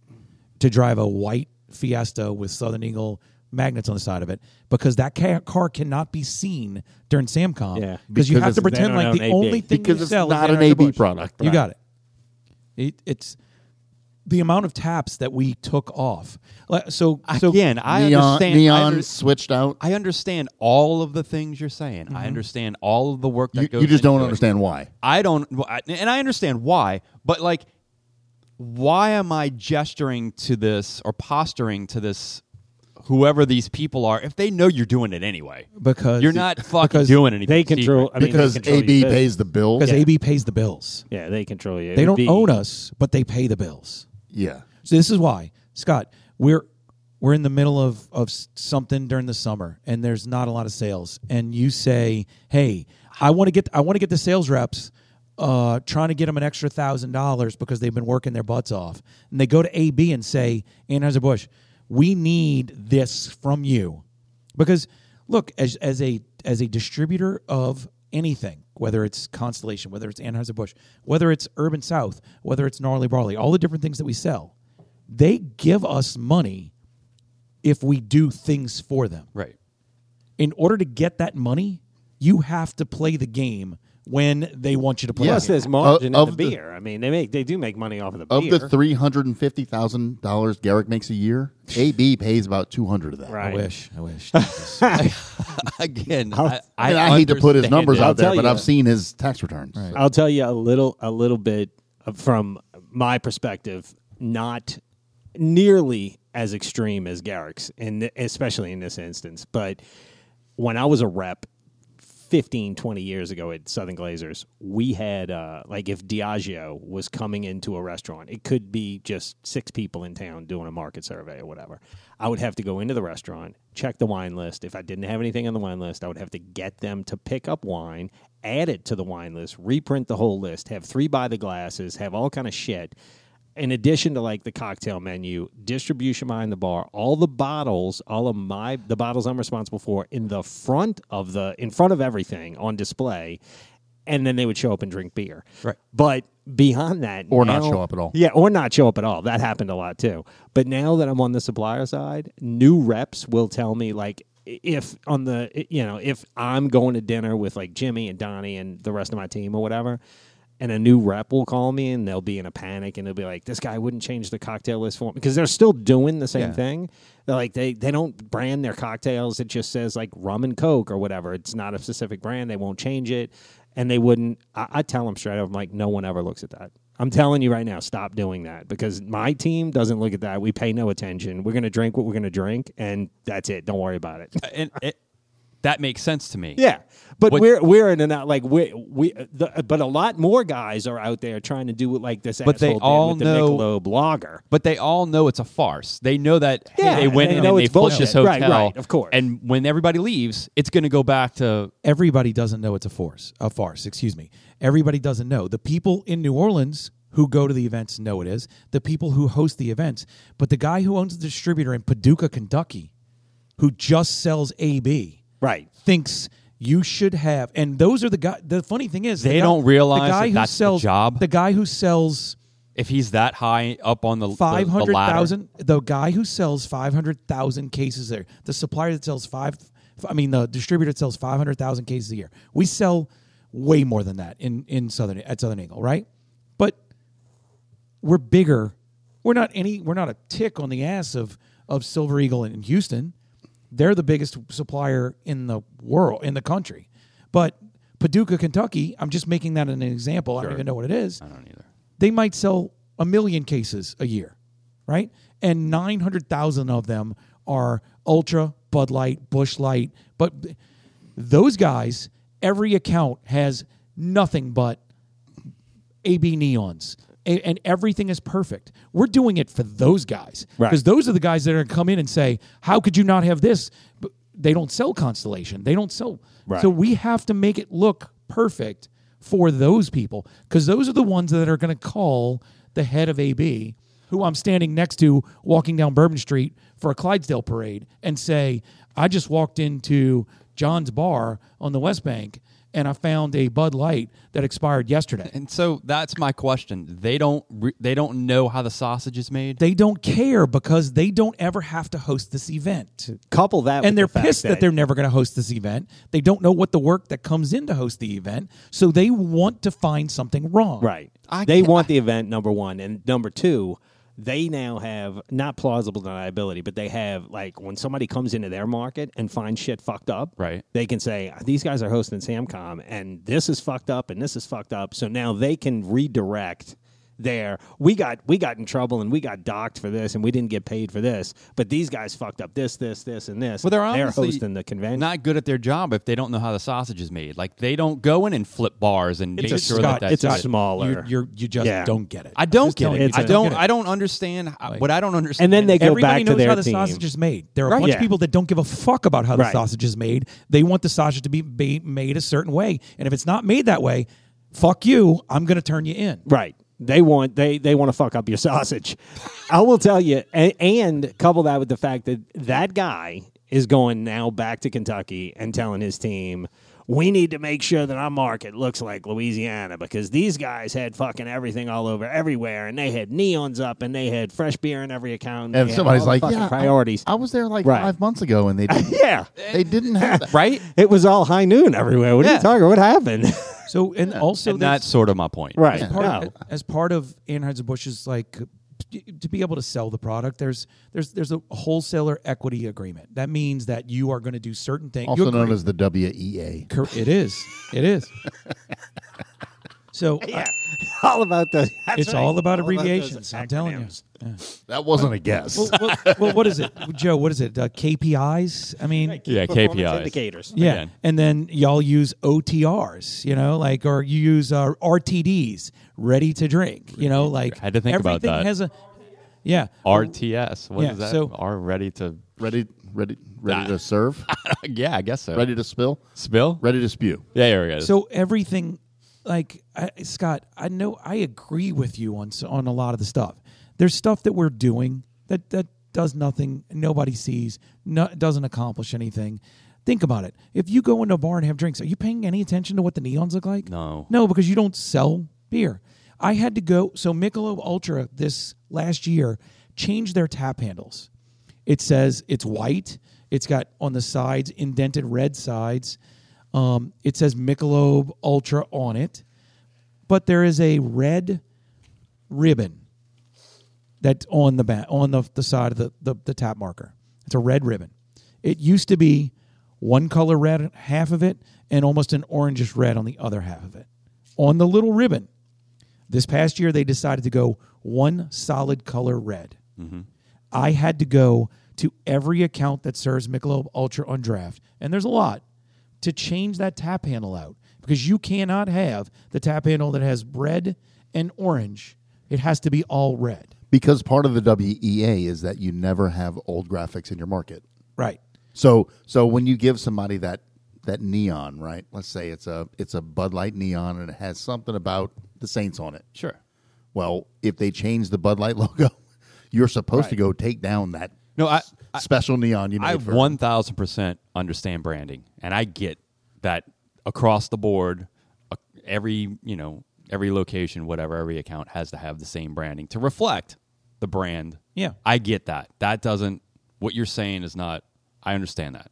S5: to drive a white Fiesta with Southern Eagle magnets on the side of it because that ca- car cannot be seen during Samcom.
S3: Yeah.
S5: Because you
S2: Because
S5: have to
S2: it's- they
S5: pretend
S3: don't
S5: like
S3: own
S5: the
S3: AB.
S5: only thing
S2: Because
S5: you
S2: it's
S5: sell is
S2: not
S5: Anheuser-Busch.
S2: an AB product,
S5: You
S2: right.
S5: got it. it. It's the amount of taps that we took off. Like, So so
S1: Again, I
S2: neon
S1: understand.
S2: neon
S1: I, under-
S2: switched out.
S1: I understand all of the things you're saying. I understand all of the work that
S2: Mm-hmm. You,
S1: goes.
S2: you just don't
S1: into it.
S2: understand why.
S1: I don't, well, I- and I understand why, but like, why am I gesturing to this or posturing to this? Whoever these people are, if they know you're doing it anyway,
S5: Because-
S1: you're not fucking
S5: because
S1: doing anything.
S3: they control
S1: secret.
S3: I mean, they
S2: because
S3: control your
S2: AB
S3: business.
S2: pays the bill.
S5: because AB pays the bills.
S3: Yeah, they control you.
S5: They don't
S3: AB.
S5: own us, but they pay the bills.
S2: Yeah.
S5: So this is why, Scott, we're we're in the middle of of s- something during the summer, and there's not a lot of sales. And you say, "Hey, I want to get I want to get the sales reps." Uh, trying to get them an extra thousand dollars because they've been working their butts off, and they go to AB and say, "Anheuser Busch, we need this from you," because look, as as a as a distributor of anything, whether it's Constellation, whether it's Anheuser Busch, whether it's Urban South, whether it's Gnarly Barley, all the different things that we sell, they give us money if we do things for them.
S1: right?
S5: In order to get that money, you have to play the game when they want you to play.
S2: Yeah.
S5: the
S3: Plus,
S5: game.
S3: there's margin
S2: Of-
S3: in
S2: of
S3: the
S2: the-
S3: beer. I mean, they make they do make money off of the
S2: Of
S3: beer.
S2: the three hundred and fifty thousand dollars Garrick makes a year, AB pays about two hundred of that.
S5: I
S3: right?
S5: wish. I wish. Jesus.
S1: Again, I, I,
S2: And I, hate to put his
S1: understand
S2: numbers
S1: it.
S2: out there,
S3: tell
S2: but
S3: you.
S2: I've seen his tax returns. So-
S3: I'll tell you a little a little bit of- from my perspective, not nearly as extreme as Garrick's, and especially in this instance. But when I was a rep 15, 20 years ago at Southern Glazers, we had uh, like if Diageo was coming into a restaurant, it could be just six people in town doing a market survey or whatever. I would have to go into the restaurant, check the wine list. If I didn't have anything on the wine list, I would have to get them to pick up wine, add it to the wine list, reprint the whole list, have three by the glasses, have all kind of shit in addition to like the cocktail menu, distribution behind the bar, all the bottles, all of my the bottles I'm responsible for in the front of the in front of everything on display, and then they would show up and drink beer.
S5: Right.
S3: But beyond that,
S2: Or not
S3: now-
S2: show up at all.
S3: Yeah, or not show up at all. That happened a lot too. But now that I'm on the supplier side, new reps will tell me like if on the you know if I'm going to dinner with like Jimmy and Donnie and the rest of my team or whatever, and a new rep will call me and they'll be in a panic and they'll be like, "This guy wouldn't change the cocktail list for me because they're still doing the same
S5: Yeah.
S3: thing. They're like they they don't brand their cocktails. It just says like rum and coke or whatever. It's not a specific brand. They won't change it, and they wouldn't. I, I tell them straight up, I'm like, no one ever looks at that. I'm telling you right now, stop doing that because my team doesn't look at that. We pay no attention. We're gonna drink what we're gonna drink, and that's it. Don't worry about it.
S1: And it, that makes sense to me.
S3: Yeah, but
S1: What-
S3: we're we're in and out like we we the, but a lot more guys are out there trying to do it like this.
S1: But they
S3: asshole did
S1: all
S3: with
S1: know-
S3: the Michelob lager.
S1: But they all know it's a farce. They know that hey,
S3: Yeah,
S1: they went
S3: they
S1: in
S3: know
S1: and they
S3: it's
S1: flipped this
S3: bullshit.
S1: hotel.
S3: Right, right, of course.
S1: And when everybody leaves, it's going to go back to
S5: Everybody doesn't know it's a force, a farce. Excuse me. Everybody doesn't know. The people in New Orleans who go to the events know it is. The people who host the events, but the guy who owns the distributor in Paducah, Kentucky, who just sells AB,
S3: Right.
S5: thinks you should have. And those are the guy. The funny thing is, the
S1: They
S5: guy-
S1: don't realize that
S5: who
S1: that's the
S5: sells,
S1: job.
S5: The guy who sells
S1: if he's that high up on the the- the
S5: five hundred
S1: ladder.
S5: thousand. The, guy who sells five hundred thousand cases there. The supplier that sells five. I mean, the distributor that sells five hundred thousand cases a year. We sell way more than that in in southern at Southern Eagle, right? But we're bigger. We're not any. We're not a tick on the ass of of Silver Eagle in Houston. They're the biggest supplier in the world in the country, but. Paducah, Kentucky. I'm just making that an example. I don't even know what it is
S1: I don't either.
S5: they might sell a million cases a year, right? And 900,000 of them are Ultra, Bud Light, Bush Light. But those guys, every account has nothing but AB neons. A- And everything is perfect. We're doing it for those guys
S3: Right.
S5: because those are the guys that are going to come in and say, "How could you not have this?" But they don't sell Constellation. They don't sell.
S3: Right.
S5: So we have to make it look perfect for those people because those are the ones that are going to call the head of AB, who I'm standing next to walking down Bourbon Street for a Clydesdale parade, and say, I just walked into John's bar on the West Bank and I found a Bud Light that expired yesterday.
S1: And so that's my question. They don't re- they don't know how the sausage is made.
S5: They don't care because they don't ever have to host this event.
S3: Couple that, with
S5: and they're
S3: the fact
S5: pissed that,
S3: that
S5: they're never going to host this event. They don't know what the work that comes in to host the event, so they want to find something wrong.
S3: Right.
S1: I
S3: they
S1: ca-
S3: want the event number one and number two. They now have not plausible deniability, but they have like when somebody comes into their market and finds shit fucked up,
S1: Right.
S3: They can say these guys are hosting Samcom, and this is fucked up, and this is fucked up. So now they can redirect their we got we got in trouble and we got docked for this and we didn't get paid for this, but these guys fucked up this, this, this, and this.
S1: Well, they're
S3: they're
S1: honestly
S3: hosting the convention.
S1: not good at their job if they don't know how the sausage is made. Like they don't go in and flip bars and make
S3: It's a
S1: sure
S3: Scott-
S1: that that's
S3: it's a
S1: it.
S3: smaller-
S5: You, are you just
S3: Yeah.
S5: don't get it.
S1: I don't
S5: Just
S1: get
S5: telling you,
S1: it.
S3: It's
S1: I
S3: a-
S1: don't.
S5: get it.
S1: I don't understand how, what I don't understand.
S3: And then they
S1: is-
S3: go back
S5: Everybody
S3: to
S5: knows
S3: their
S5: how the
S3: team.
S5: sausage is made. There are
S1: Right.
S5: a bunch
S3: Yeah.
S5: of people that don't give a fuck about how the
S3: Right.
S5: sausage is made. They want the sausage to be, be made a certain way, and if it's not made that way, fuck you. I'm going to turn you in.
S3: Right. They want they they want to fuck up your sausage. I will tell you, and, and couple that with the fact that that guy is going now back to Kentucky and telling his team, we need to make sure that our market looks like Louisiana because these guys had fucking everything all over everywhere, and they had neons up, and they had fresh beer in every
S2: and
S3: account, they had
S2: somebody's
S3: all the
S2: like,
S3: fucking
S2: "Yeah, I-
S3: priorities."
S2: I, was there like
S3: Right.
S2: five months ago, and they didn't,
S3: yeah,
S2: they didn't have that.
S1: right.
S3: it was all high noon everywhere. What are
S1: Yeah.
S3: you talking? What happened?
S5: So and also
S1: and
S5: that's
S1: that's sort of my point.
S3: Right.
S5: as part,
S3: No.
S5: as part of Anheuser-Busch's like to be able to sell the product there's there's there's a wholesaler equity agreement that means that you are going to do certain things
S2: also
S5: You
S2: known
S5: agree-
S2: as the E WEA.
S5: Cor- it is it is so uh,
S3: all about the. that's
S5: it's
S3: right.
S5: all about
S3: those
S5: abbreviations i'm telling you
S3: acronyms.
S2: That wasn't a guess.
S5: well, well, well, what is it joe what is it uh, kpis i mean
S3: Key
S1: Yeah,
S3: performance
S1: KPIs.
S3: indicators.
S5: Yeah,
S1: Again.
S5: and then y'all use OTRs, you know, like or you use uh, RTDs, ready to drink, you know, like
S1: I had to think about
S5: everything
S1: that.
S5: Has a yeah,
S1: RTS. What is
S5: Yeah,
S1: that?
S5: so-
S1: Are ready to?
S2: ready, ready, ready to serve.
S1: yeah, I guess so.
S2: Ready to spill.
S1: spill?
S2: Ready to spew.
S1: Yeah, there it is.
S5: So everything, like I, Scott, I know I agree with you on s- on a lot of the stuff. There's stuff that we're doing that that does nothing. Nobody sees. No, doesn't accomplish anything. Think about it. If you go into a bar and have drinks, are you paying any attention to what the neons look like?
S1: No.
S5: No, because you don't sell beer. I had to go. So Michelob Ultra this last year changed their tap handles. It says it's white. It's got on the sides indented red sides. Um, it says Michelob Ultra on it, but there is a red ribbon that's on the ba- on the, the side of the, the, the tap marker. It's a red ribbon. It used to be one color red half of it and almost an orangish red on the other half of it. On the little ribbon, this past year they decided to go one solid color red. I had to go to every account that serves Michelob Ultra on draft, and there's a lot, to change that tap handle out because you cannot have the tap handle that has red and orange. It has to be all red.
S2: Because part of the WEA is that you never have old graphics in your market.
S5: Right.
S2: So so when you give somebody that that neon, right? Let's say it's a it's a Bud Light neon and it has something about the Saints on it.
S1: sure.
S2: Well, if they change the Bud Light logo, you're supposed to go take down that
S1: No, I-
S2: s- special neon you made
S1: I
S2: for-
S1: one thousand percent understand branding, and I get that across the board, uh, every you know every location, whatever every account has to have the same branding to reflect the brand.
S5: Yeah.
S1: I get that. That doesn't what you're saying is not. I understand that.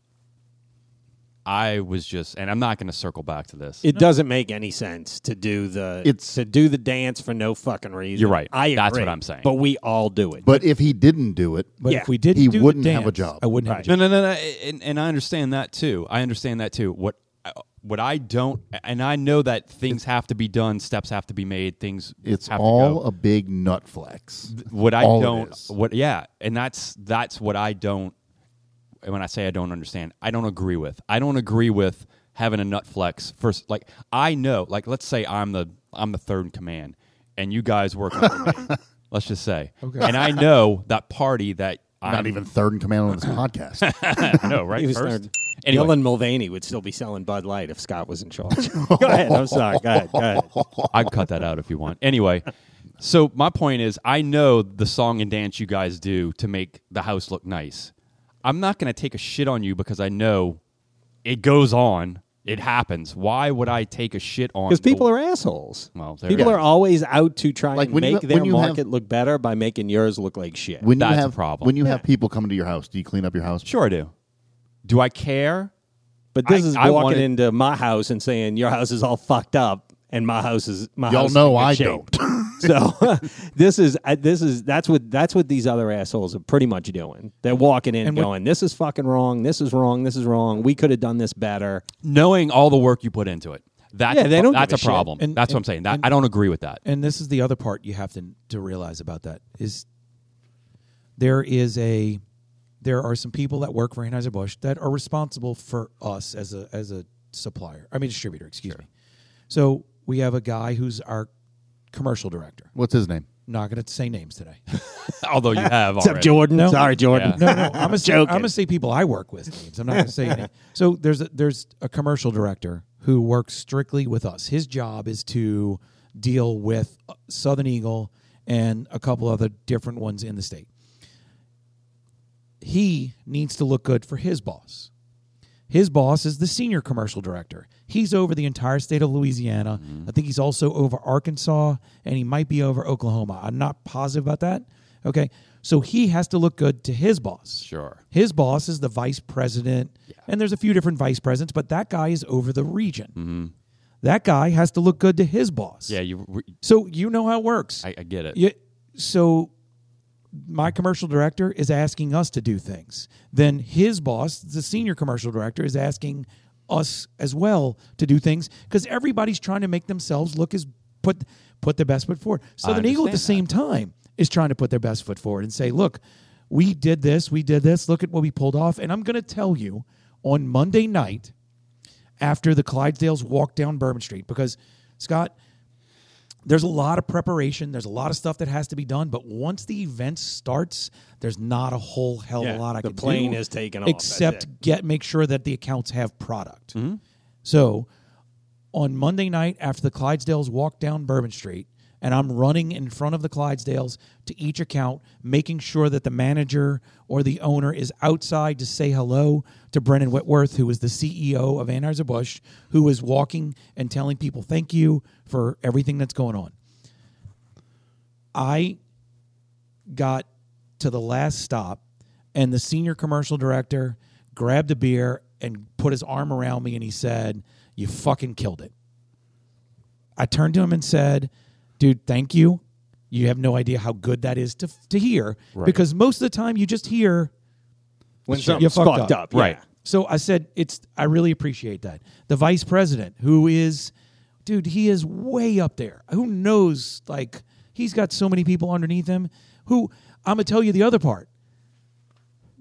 S1: I was just, and I'm not going to circle back to this.
S3: It doesn't make any sense to do the
S2: It's-
S3: to do the dance for no fucking reason.
S1: You're right.
S3: I agree.
S1: That's what I'm saying.
S3: But we all do it.
S2: But if he didn't do it,
S5: But
S3: Yeah.
S5: if we didn't,
S2: He
S5: do the
S2: wouldn't have a
S5: dance,
S2: job.
S5: I wouldn't have a
S3: Right.
S5: job.
S1: No, no, no, no. And, and I understand that too. I understand that too. What uh, what I don't, and I know that things have to be done, steps have to be made, things
S2: it's
S1: have to
S2: all
S1: go.
S2: a big nut flex.
S1: what I
S2: all it
S1: don't,
S2: is.
S1: what yeah, and that's that's what I don't. and When I say I don't understand, I don't agree with. I don't agree with having a nut flex first. Like I know, like let's say I'm the I'm the third in command, and you guys work under me. Let's just say, okay. and I know that party that
S2: Not
S1: I'm,
S2: even third in command on this podcast.
S1: I know right
S3: He was
S1: first.
S3: third.
S1: Anyway.
S3: Dylan Mulvaney would still be selling Bud Light if Scott was in charge. go ahead. I'm sorry. Go ahead. Go ahead.
S1: I can cut that out if you want. Anyway, so my point is, I know the song and dance you guys do to make the house look nice. I'm not going to take a shit on you because I know it goes on. It happens. Why would I take a shit on?
S3: Because people
S1: the-
S3: are assholes.
S1: Well, there
S3: people
S1: you go.
S3: are always out to try
S2: Like,
S3: and
S2: when you
S3: make
S2: ha-
S3: their
S2: when you have-
S3: market look better by making yours look like shit.
S2: When you
S1: That's a
S2: have
S1: problem.
S2: when you have people coming to your house, do you clean up your house?
S1: Sure, I do. Do I care?
S3: but this
S1: I-
S3: is
S1: I
S3: walking
S1: wanted-
S3: into my house and saying your house is all fucked up, and my house is my
S2: Y'all
S3: house. is in
S2: know
S3: good
S2: I
S3: shape.
S2: don't.
S3: So this is uh, this is that's what that's what these other assholes are pretty much doing. They're walking in,
S5: And what-
S3: going, "This is fucking wrong. This is wrong. This is wrong. We could have done this better."
S1: Knowing all the work you put into it. That's
S3: Yeah,
S1: a,
S3: they
S1: pro-
S3: don't give
S1: that's
S3: a
S1: a,
S3: shit.
S1: problem.
S5: And-
S1: that's what
S5: and-
S1: I'm saying. That
S5: and-
S1: I don't agree with that.
S5: and this is the other part you have to to realize about that is there is a there are some people that work for Anheuser Busch that are responsible for us as a as a supplier. I mean distributor, excuse me. So we have a guy who's our commercial director.
S2: What's his name?
S5: Not going to say names today.
S1: Although you have
S3: What's up,
S1: already.
S3: Jordan?
S5: No.
S3: Sorry, Jordan.
S5: No, no, I'm gonna say, I'm
S3: Joking.
S5: gonna say people I work with names. I'm not gonna say names. So there's a, there's a commercial director who works strictly with us. His job is to deal with uh, Southern Eagle and a couple other different ones in the state. He needs to look good for his boss. His boss is the senior commercial director. He's over the entire state of Louisiana.
S1: Mm-hmm.
S5: I think he's also over Arkansas and he might be over Oklahoma. I'm not positive about that. Okay. So he has to look good to his boss.
S1: Sure.
S5: His boss is the vice president. And there's a few different vice presidents, but that guy is over the region. That guy has to look good to his boss.
S1: Mm-hmm. Yeah, you.
S5: So you know how it works.
S1: I, I get it.
S5: Yeah. So my commercial director is asking us to do things. Then his boss, the senior commercial director, is asking us as well to do things because everybody's trying to make themselves look as put put their best foot forward. Southern Eagle at the same
S1: understand
S5: time is trying to put their best foot forward and say, look, we did this, we did this, look at what we pulled off. And I'm gonna tell you on Monday night after the Clydesdales walk down Bourbon Street because Scott, there's a lot of preparation. There's a lot of stuff that has to be done. But once the event starts, there's not a whole hell of
S3: Yeah,
S5: a lot I
S3: the
S5: can
S3: plane
S5: do
S3: is taken off. That's
S5: except
S3: it. Mm-hmm.
S5: get make sure that the accounts have product. So on Monday night after the Clydesdales walk down Bourbon Street, and I'm running in front of the Clydesdales to each account, making sure that the manager or the owner is outside to say hello to Brennan Whitworth, who is the CEO of Anheuser-Busch, who is walking and telling people thank you for everything that's going on. I got to the last stop and the senior commercial director grabbed a beer and put his arm around me and he said, You fucking killed it. I turned to him and said, Dude, thank you. You have no idea how good that is to, to hear because most of the time you just hear
S3: when
S5: Sure.
S3: something's
S5: You fucked
S3: fucked
S5: up.
S3: up, yeah.
S1: Right.
S5: so I said, "It's." I really appreciate that. The vice president, who is, dude, he is way up there. Who knows? Like he's got so many people underneath him. Who I'm gonna tell you the other part.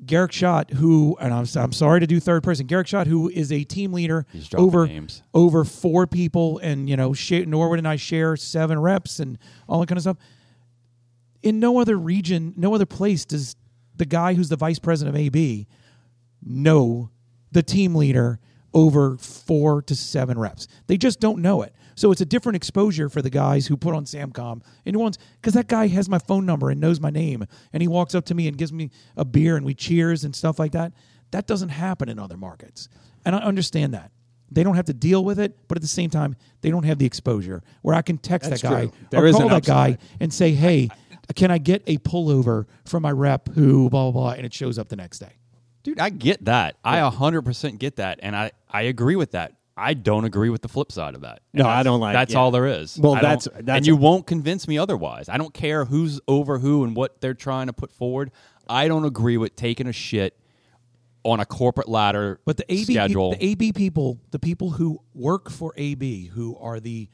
S5: Garrick Schott, who, and I'm I'm sorry to do third person. Garrick Schott, who is a team leader
S1: dropping
S5: over
S1: names.
S5: over four people, and you know, share, Norwood and I share seven reps and all that kind of stuff in no other region, no other place does the guy who's the vice president of AB know the team leader over four to seven reps. They just don't know it. So it's a different exposure for the guys who put on Samcom and who wants because that guy has my phone number and knows my name and he walks up to me and gives me a beer and we cheers and stuff like that. That doesn't happen in other markets. And I understand that. They don't have to deal with it, but at the same time, they don't have the exposure where I can text
S3: That's
S5: that guy
S3: true. There
S5: or
S3: is
S5: call
S3: an
S5: that guy
S3: upside.
S5: and say, "Hey, can I get a pullover from my rep who blah blah blah?" And it shows up the next day.
S1: Dude, I get that. I 100% get that. And I, I agree with that. I don't agree with the flip side of that. And
S3: No,
S1: that's-
S3: I don't like-
S1: That's
S3: yeah.
S1: all there is.
S3: Well,
S1: I don't-
S3: that's- that's-
S1: and you won't convince me otherwise. I don't care who's over who and what they're trying to put forward. I don't agree with taking a shit on a corporate ladder.
S5: But the AB,
S1: schedule,
S5: the E AB people, the people who work for AB, who are the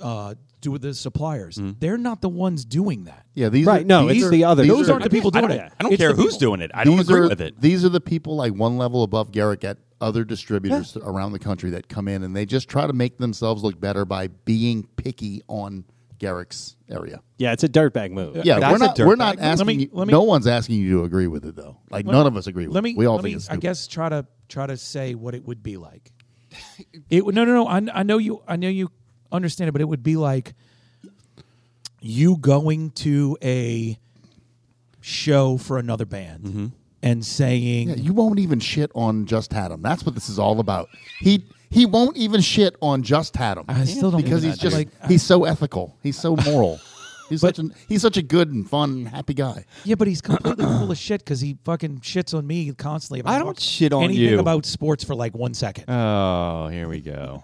S5: uh, do the suppliers,
S3: Mm-hmm.
S5: they're not the ones doing that.
S2: Yeah, these
S3: Right,
S2: Are,
S3: no,
S2: these
S3: it's
S2: are-
S3: the others.
S2: these
S5: Those
S2: are-
S5: aren't the people
S1: I
S5: doing
S1: don't,
S5: it.
S1: I don't
S5: It's
S1: care
S5: the
S1: who's
S5: people.
S1: doing it. I don't
S2: these
S1: agree
S2: are-
S1: with it.
S2: These are the people like one level above Garrick at other distributors around the country that come in and they just try to make themselves look better by being picky on Garrick's area.
S3: Yeah, it's a dirtbag move.
S2: Yeah,
S1: That's
S2: we're
S1: a
S2: not
S1: dirt
S2: we're not
S5: bag. Let
S2: asking
S5: me-
S2: you,
S5: let me-
S2: no one's asking you to agree with it though. Like none of us agree with
S5: Let me.
S2: it. We all
S5: let
S2: think
S5: me,
S2: it's
S5: I
S2: stupid.
S5: guess try to try to say what it would be like. it would- no no no. I, I know you. I know you understand it, but it would be like you going to a show for another band and saying
S2: Mm-hmm. Yeah, you won't even shit on Just Tatum. That's what this is all about. He he won't even shit on Just Tatum.
S5: I still don't
S2: because
S5: get
S2: he's
S5: that,
S2: just
S5: dude. Like,
S2: he's so ethical. He's so moral. He's such an, he's such a good and fun and happy guy.
S5: Yeah, but he's completely full of shit because he fucking shits on me constantly. About
S1: I don't shit on
S5: anything
S1: you.
S5: about sports for like one second.
S2: Uh.
S1: oh, here we go.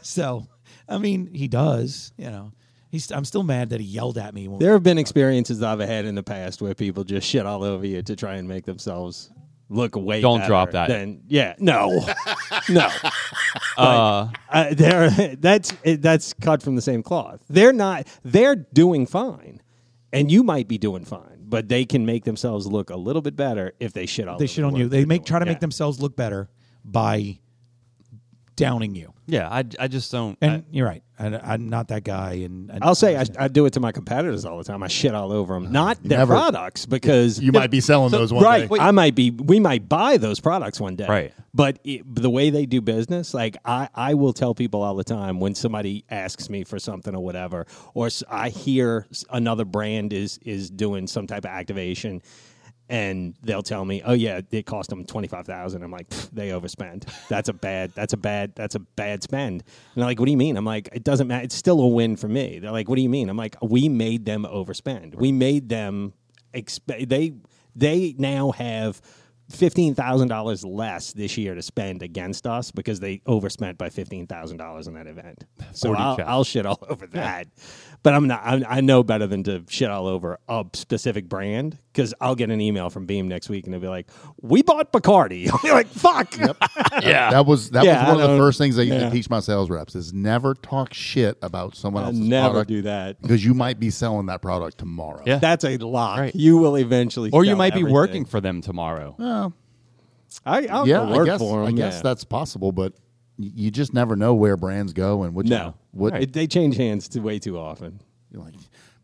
S5: so, I mean, he does. You know, he's. I'm still mad that he yelled at me. When
S3: There have been experiences that I've had in the past where people just shit all over you to try and make themselves look way.
S1: Don't
S3: better
S1: drop that.
S3: Than, yeah, no, no. Uh, they're that's it- that's cut from the same cloth. They're not. They're doing fine, and you might be doing fine, but they can make themselves look a little bit better if they shit all.
S5: they
S3: over
S5: shit
S3: the
S5: on
S3: work
S5: you. They
S3: they're
S5: make
S3: doing.
S5: try to
S3: Yeah.
S5: make themselves look better by downing you.
S1: Yeah, I, I just don't.
S5: And
S1: I-
S5: you're right. I, am not that guy. And, and
S3: I'll say I,
S5: understand.
S3: I do it to my competitors all the time. I shit all over
S5: Uh,
S3: them, not their
S2: never-
S3: products because
S2: You might be selling those one
S3: right.
S2: day.
S3: I might be. We might buy those products one day.
S1: Right.
S3: But it, the way they do business, like I, I will tell people all the time when somebody asks me for something or whatever, or s- I hear s- another brand is is doing some type of activation. And they'll tell me, "Oh yeah, it cost them twenty five thousand. I'm like, "Pfft, "They overspend. That's a bad. That's a bad. That's a bad spend." And they're like, "What do you mean?" I'm like, "It doesn't matter. It's still a win for me." They're like, "What do you mean?" I'm like, "We made them overspend. We made them exp- they they now have fifteen thousand dollars less this year to spend against us because they overspent by fifteen thousand dollars in that event. So I'll,
S1: 40K.
S3: I'll shit all over that, but I'm not. I'm, I know better than to shit all over a specific brand because I'll get an email from Beam next week and they'll be like, "We bought Bacardi." I'll be like, "Fuck."
S1: yeah.
S2: That was that
S3: Yeah,
S2: was one of
S3: I
S2: the
S3: don't-
S2: first things I used
S3: yeah.
S2: to teach my sales reps is never talk shit about someone
S3: I
S2: else's
S3: never
S2: product
S3: do that.
S2: because you might be selling that product tomorrow.
S1: Yeah.
S3: That's a lock.
S1: Right.
S3: You will eventually,
S1: Or you
S3: sell
S1: might be
S3: everything.
S1: working for them tomorrow.
S2: Well,
S3: I, I'll
S2: yeah,
S3: go
S2: I
S3: work
S2: guess
S3: for 'em,
S2: I guess
S3: yeah.
S2: that's possible, but y- you just never know where brands go and what you-
S3: no.
S2: what
S3: It- they change hands too, way too often.
S2: You're like,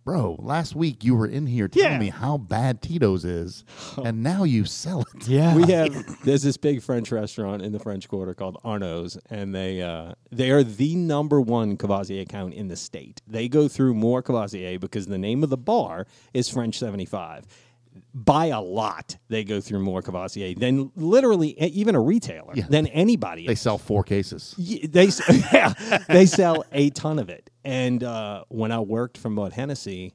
S2: bro, last week you were in here telling
S3: Yeah.
S2: me how bad Tito's is, and now you sell it.
S1: Yeah.
S3: we have there's this big French restaurant in the French Quarter called Arno's, and they uh, they are the number one Cavassier account in the state. They go through more Cavassier because the name of the bar is French seventy five. By a lot, they go through more Cavassier than literally e- even a retailer than anybody.
S2: They sell four cases.
S3: Y- they s- yeah, they sell a ton of it. And uh, when I worked for Maud Hennessy,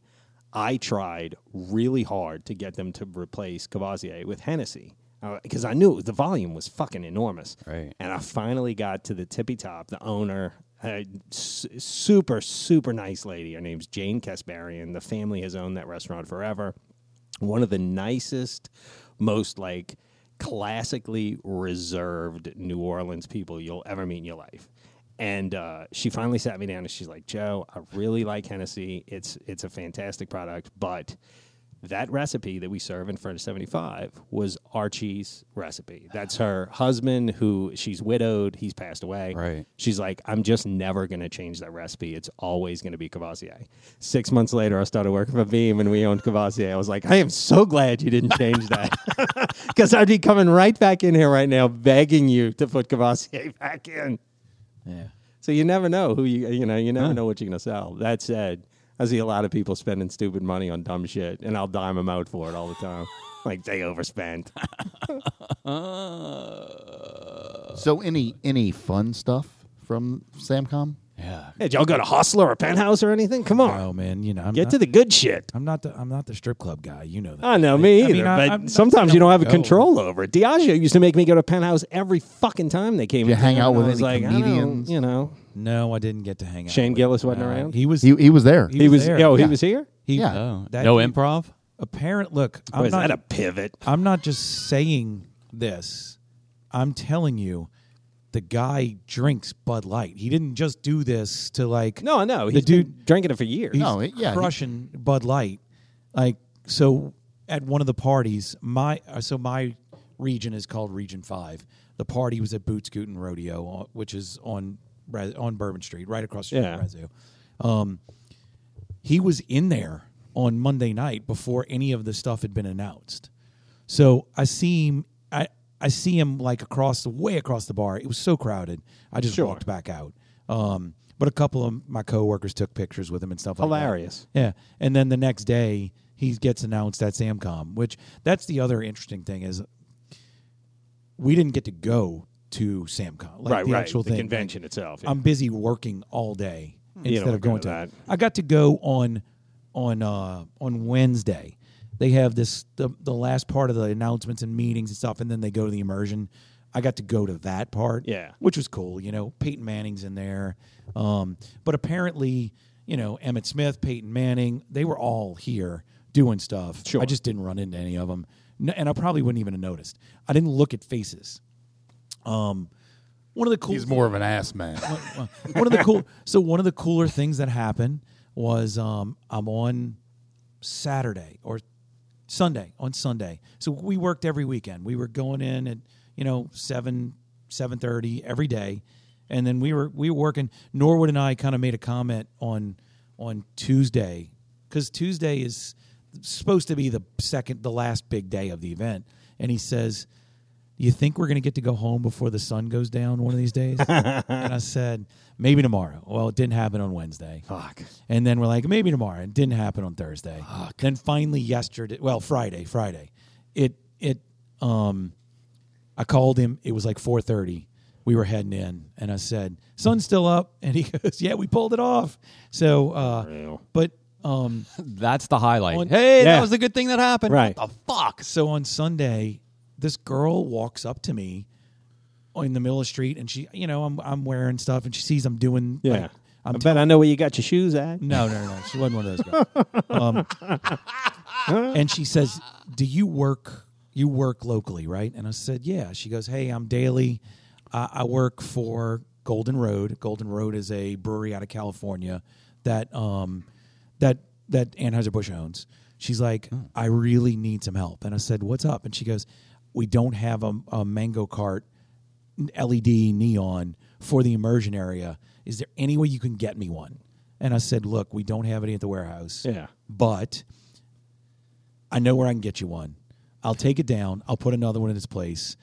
S3: I tried really hard to get them to replace Cavazier with Hennessy because I knew it was, the volume was fucking enormous.
S1: Right.
S3: And I finally got to the tippy top. The owner, a s- super super nice lady. Her name's Jane Kasparian. The family has owned that restaurant forever one of the nicest, most like classically reserved New Orleans people you'll ever meet in your life. And uh, she finally sat me down and she's like, Joe, I really like Hennessy. It's it's a fantastic product, but that recipe that we serve in French 75 was Archie's recipe. That's her husband who she's widowed, he's passed away.
S1: Right.
S3: She's like, I'm just never going to change that recipe. It's always going to be Cavassier. Six months later, I started working for Beam and we owned Cavassier. I was like, I am so glad you didn't change that because I'd be coming right back in here right now begging you to put Cavassier back in.
S5: Yeah.
S3: So you never know who you, you know, you never know what you're going to sell. That said, I see a lot of people spending stupid money on dumb shit and I'll dime them out for it all the time. like they overspent.
S5: Uh,
S2: So any any fun stuff from Samcom?
S1: Yeah.
S3: Hey, did y'all go to Hustler or Penthouse or anything? Come on.
S5: Oh man, you know, I'm
S3: Get
S5: not,
S3: to Uh, the good shit.
S5: I'm not the I'm not the strip club guy. You know that.
S3: I know me
S5: I
S3: either,
S5: mean, I-
S3: but
S5: I'm not
S3: sometimes
S5: saying
S3: you
S5: I
S3: don't have
S5: won't
S3: a
S5: go.
S3: control over it. Diageo used to make me go to Penthouse every fucking time they came.
S2: Did you
S3: in
S2: hang
S3: town,
S2: out
S3: and
S2: with
S3: I was
S2: any
S3: like, I don't-
S2: comedians?
S3: you know,
S5: No, I didn't get to hang out.
S3: Shane
S5: with-
S3: Gillis wasn't
S5: uh,
S3: around?
S5: He was.
S2: He he was there.
S5: He
S3: he was.
S5: there.
S3: Yo, he
S5: Yeah.
S3: was here.
S5: He,
S2: Yeah.
S5: oh, that-
S1: No improv?
S5: Apparent. Look,
S3: Or
S5: I'm
S3: is
S5: not.
S3: that a pivot?
S5: I'm not just saying this. I'm telling you, the guy drinks Bud Light. He didn't just do this to like.
S3: No, no,
S5: The
S3: he's been
S5: dude-
S3: drinking it for years.
S5: He's
S2: No, it- Oh, yeah, he-
S5: crushing Bud Light. Like so, at one of the parties, my uh, so my region is called Region Five. The party was at Boots Scootin' Rodeo, uh, which is on Res- on Bourbon Street, right across the street
S3: Yeah.
S5: from Rezu. Um, he was in there on Monday night before any of the stuff had been announced. So I see him. I I see him like across the way across the bar. It was so crowded. I just walked back out. Um, but a couple of my coworkers took pictures with him and stuff like that.
S3: Hilarious.
S5: Yeah, and then the next day he gets announced at Samcom, which that's the other interesting thing is we didn't get to go to Samcom, like
S3: right,
S5: the
S3: right.
S5: actual
S3: the
S5: thing.
S3: convention itself. yeah.
S5: I'm busy working all day
S3: Hmm. You
S5: instead
S3: don't
S5: of going
S3: go
S5: to.
S3: to
S5: I got to go on on uh, on Wednesday. They have this the, the last part of the announcements and meetings and stuff, and then they go to the immersion. I got to go to that part,
S3: Yeah.
S5: which was cool. You know, Peyton Manning's in there, um, but apparently, you know, Emmett Smith, Peyton Manning, they were all here doing stuff.
S3: Sure.
S5: I just didn't run into any of them, and I probably wouldn't even have noticed. I didn't look at faces. Um, one of the cool
S2: He's more of an ass man.
S5: one one of the cool so one of the cooler things that happened was um I'm on Saturday or Sunday on Sunday. So we worked every weekend. We were going in at you know seven seven thirty every day, and then we were we were working. Norwood and I kind of made a comment on on Tuesday because Tuesday is supposed to be the second the last big day of the event, and he says. Do you think we're going to get to go home before the sun goes down one of these days? and I said, maybe tomorrow. Well, it didn't happen on Wednesday.
S3: Fuck.
S5: And then we're like, maybe tomorrow. It didn't happen on Thursday. Then finally yesterday, well, Friday, Friday, it it um, I called him. It was like four thirty. We were heading in, and I said, "Sun's still up," and he goes, "Yeah, we pulled it off." So, uh, but um,
S1: That's the highlight.
S5: On-
S1: hey,
S3: Yeah.
S1: that was a good thing that happened.
S3: Right.
S1: What the fuck?
S5: so on Sunday, this girl walks up to me in the middle of the street, and she, you know, I'm I'm wearing stuff, and she sees I'm doing.
S3: Yeah.
S5: like,
S3: i
S5: I'm
S3: bet I know where you got your shoes at.
S5: no, no, no. She wasn't one of those girls. Um, and she says, "Do you work? You work locally, right?" And I said, "Yeah." She goes, "Hey, I'm Daly. Uh, I work for Golden Road. Golden Road is a brewery out of California that um, that that Anheuser Busch owns." She's like, "I really need some help." And I said, "What's up?" And she goes, "We don't have a, a mango cart." LED neon for the immersion area. Is there any way you can get me one? And I said, look, we don't have any at the warehouse.
S3: Yeah.
S5: But I know where I can get you one. I'll take it down. I'll put another one in its place.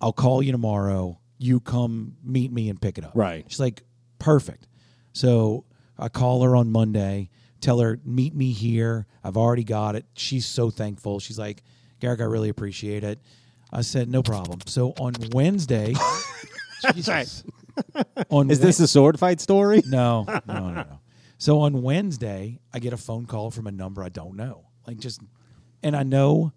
S5: I'll call you tomorrow. You come meet me and pick it up.
S3: Right.
S5: She's like, perfect. So I call her on Monday, tell her, meet me here. I've already got it. She's so thankful. She's like, Garrick, I really appreciate it. I said, no problem. So on Wednesday,
S1: Jesus.
S5: on
S3: Is
S5: Wed-
S3: this a sword fight story?
S5: no, no, no, no. So on Wednesday, I get a phone call from a number I don't know. Like just, and I know,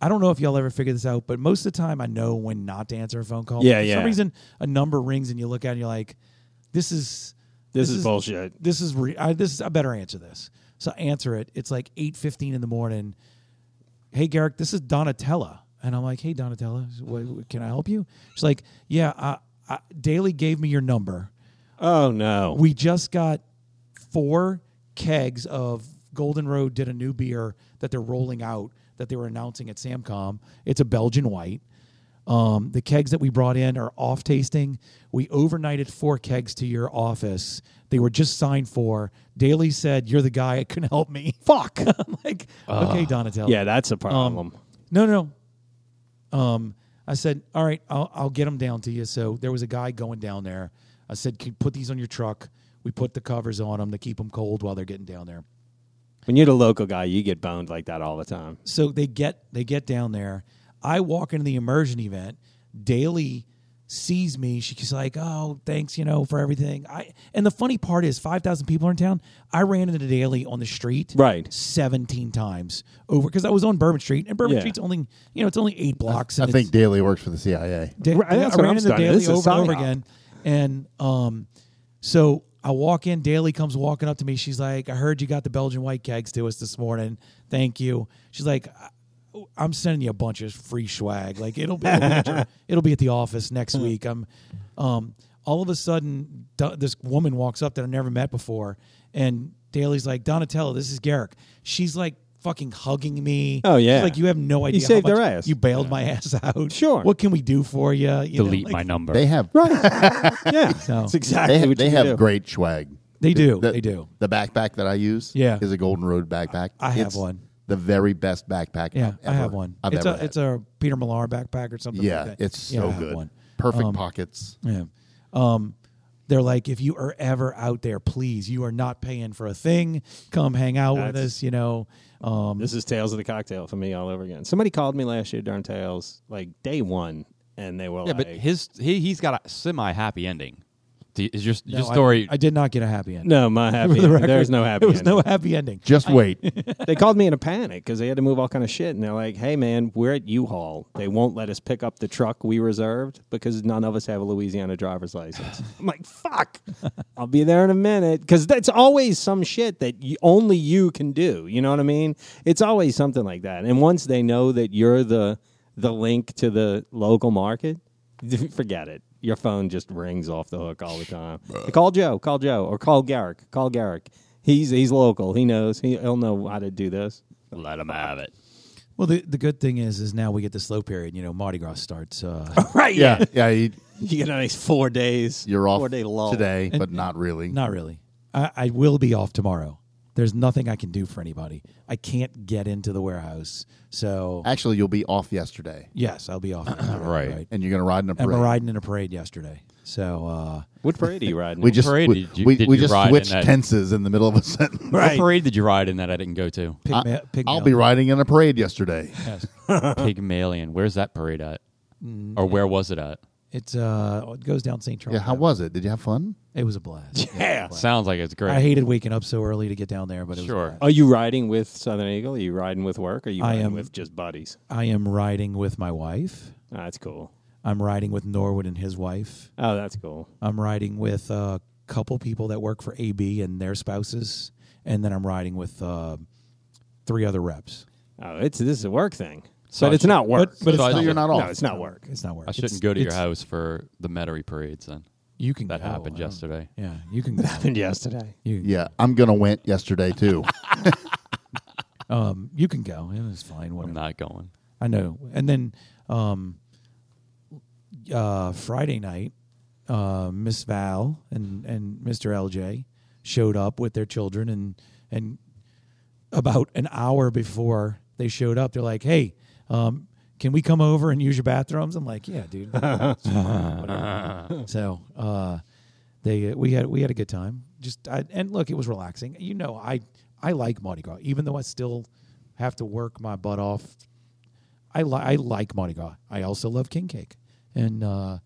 S5: I don't know if y'all ever figure this out, but most of the time I know when not to answer a phone call.
S3: Yeah,
S5: For
S3: yeah.
S5: some reason, a number rings and you look at it and you're like, this is,
S3: This is bullshit.
S5: This is, re- I, this is, I better answer this. So I answer it. It's like 8.15 in the morning hey Garrick, this is Donatella. And I'm like, hey Donatella, what, what- can I help you? She's like, yeah, I, I, Daly gave me your number.
S3: Oh no.
S5: We just got four kegs of Golden Road did a new beer that they're rolling out that they were announcing at Samcom. It's a Belgian white. Um, the kegs that we brought in are off tasting. We overnighted four kegs to your office. They were just signed for. Daly said, "You're the guy that can help me." Fuck. I'm like, okay, Donatella.
S3: yeah, that's a problem.
S5: No, no. no. Um, I said, all right, I'll, I'll get them down to you. So there was a guy going down there. I said, Can you put these on your truck. We put the covers on them to keep them cold while they're getting down there.
S3: when you're the local guy, you get boned like that all the time.
S5: So they get they get down there. I walk into the immersion event. Daly sees me. She's like, "Oh, thanks, you know, for everything." I and the funny part is, five thousand people are in town. I ran into Daly on the street,
S3: Right.
S5: seventeen times over because I was on Bourbon Street, and Bourbon
S3: Yeah.
S5: Street's only you know it's only eight blocks.
S2: I
S5: and
S2: think
S5: it's-
S2: Daly works for the CIA.
S5: Da-
S3: Right, that's
S5: I
S3: what
S5: ran
S3: I'm
S5: into
S3: studying.
S5: Daly
S3: This is
S5: over and over
S3: psyop.
S5: again, and um, so I walk in. Daly comes walking up to me. She's like, "I heard you got the Belgian white kegs to us this morning. Thank you." She's like, "I- "I'm sending you a bunch of free swag. Like it'll be, it'll be, at, your- it'll be at the office
S3: Hmm.
S5: next week." I'm, um, all of a sudden, Do- this woman walks up that I never met before, and Daly's like, "Donatella, this is Garrick." She's like. Fucking hugging me.
S3: Oh,
S5: She's
S3: yeah.
S5: like you have no idea. how
S3: saved their
S5: much
S3: ass.
S5: You bailed my ass out.
S3: Sure.
S5: What can we do for you? you know,
S1: Delete
S5: like,
S1: my number.
S2: They have
S3: Yeah,
S5: So-
S3: that's exactly
S2: they have,
S3: what
S2: they
S3: you
S2: have
S3: do.
S2: great swag.
S5: They do.
S2: The-
S5: they do.
S2: The backpack that I use,
S5: Yeah.
S2: is a Golden Road backpack.
S5: I have
S2: It's
S5: one.
S2: The very best backpack.
S5: Yeah,
S2: I've
S5: I have
S2: ever-
S5: one.
S2: I've
S5: it's
S2: ever
S5: a
S2: had.
S5: it's a Peter Millar backpack or something.
S2: yeah,
S5: like that.
S2: it's
S5: Yeah, I
S2: so
S5: have
S2: good.
S5: One.
S2: Perfect pockets.
S5: Yeah. Um, they're like, if you are ever out there, please, you are not paying for a thing. Come hang out with
S3: That's-
S5: us. You know. Um,
S3: This is Tales of the Cocktail for me all over again. Somebody called me last year during Tales, like day one, and they were
S1: yeah,
S3: like,
S1: but his he he's got a semi happy ending. Do you- Is your
S5: no,
S1: your
S5: I-
S1: story?
S5: I, did not get a happy end.
S3: "No, my happy.
S5: For the record,
S3: there's no happy.
S5: There was
S3: ending.
S5: no happy ending.
S2: Just wait.
S3: they called me in a panic because they had to move all kind of shit, and they're like, "Hey, man, we're at U-Haul. They won't let us pick up the truck we reserved because none of us have a Louisiana driver's license." I'm like, "Fuck! I'll be there in a minute." Because that's always some shit that you, only you can do. You know what I mean? It's always something like that. And once they know that you're the the link to the local market, forget it. Your phone just rings off the hook all the time. Call Joe, call Joe, or call Garrick, call Garrick. He's he's local. He knows. He, he'll know how to do this.
S1: Let him have it.
S5: Well, the, the good thing is, is now we get the slow period. You know, Mardi Gras starts. Uh,
S3: Right.
S2: yeah, yeah. You,
S3: You get a nice four days.
S2: you're off
S3: Four day lull.
S2: today, but not really.
S5: Not really. I, I will be off tomorrow. There's nothing I can do for anybody. I can't get into the warehouse. So
S2: Actually, you'll be off yesterday,
S5: yes, I'll be off.
S1: Right.
S2: and you're gonna ride in a
S5: And
S2: parade.
S5: we're riding in a parade yesterday. So uh,
S3: What parade are you riding?
S2: We
S3: in?
S2: just
S1: parade,
S2: we,
S1: did you-
S2: we,
S1: did
S2: we
S1: you
S2: just
S1: ride in
S2: switched
S1: that-
S2: tenses in the middle of a sentence.
S1: What parade did you ride in that I didn't go to?
S5: pygma- pygmy-
S2: I'll be riding in a parade yesterday.
S5: Yes. Mm,
S1: Pygmalion. Where's that parade at? Or where was it at?
S5: It's uh, it goes down St. Charles.
S2: Yeah, how
S5: Avenue.
S2: was it? Did you have fun?
S5: It was a blast.
S3: Yeah.
S1: Sounds like it's great.
S5: I hated waking up so early to get down there, but it was a
S1: Sure.
S5: blast.
S3: Are you riding with Southern Eagle? Are you riding with work? Or are you
S5: I
S3: riding
S5: am-
S3: with just buddies?
S5: I am riding with my wife.
S3: Oh, that's cool.
S5: I'm riding with Norwood and his wife.
S3: Oh, that's cool.
S5: I'm riding with a couple people that work for AB and their spouses, and then I'm riding with uh, three other reps.
S3: Oh, it's this is a work thing,
S1: So
S3: but
S1: I
S3: it's
S1: should-
S3: not work.
S5: but it's
S1: So I
S2: So
S1: should-
S2: you're not off.
S3: no, it's not work.
S5: It's not work.
S1: I shouldn't
S5: It's-
S1: go to your
S5: it's-
S1: house for the Metairie parades then.
S5: You can.
S1: That
S5: go.
S1: happened
S5: I don't-
S1: yesterday.
S5: Yeah, you can. Go.
S3: Happened yesterday.
S5: You can,
S2: Yeah, I'm gonna went yesterday too.
S5: um, you can go. It was fine.
S1: I'm
S5: Whatever.
S1: not going.
S5: I know. And then um, uh, Friday night, uh, Miss Val and, and Mr. LJ showed up with their children, and and about an hour before they showed up, they're like, "Hey, um, can we come over and use your bathrooms?" I'm like, "Yeah, dude." Whatever. so uh, they we had we had a good time. Just I, and look, it was relaxing. You know, I I like Mardi Gras, even though I still have to work my butt off I, li- I like Mardi Gras. I also love king cake. And uh,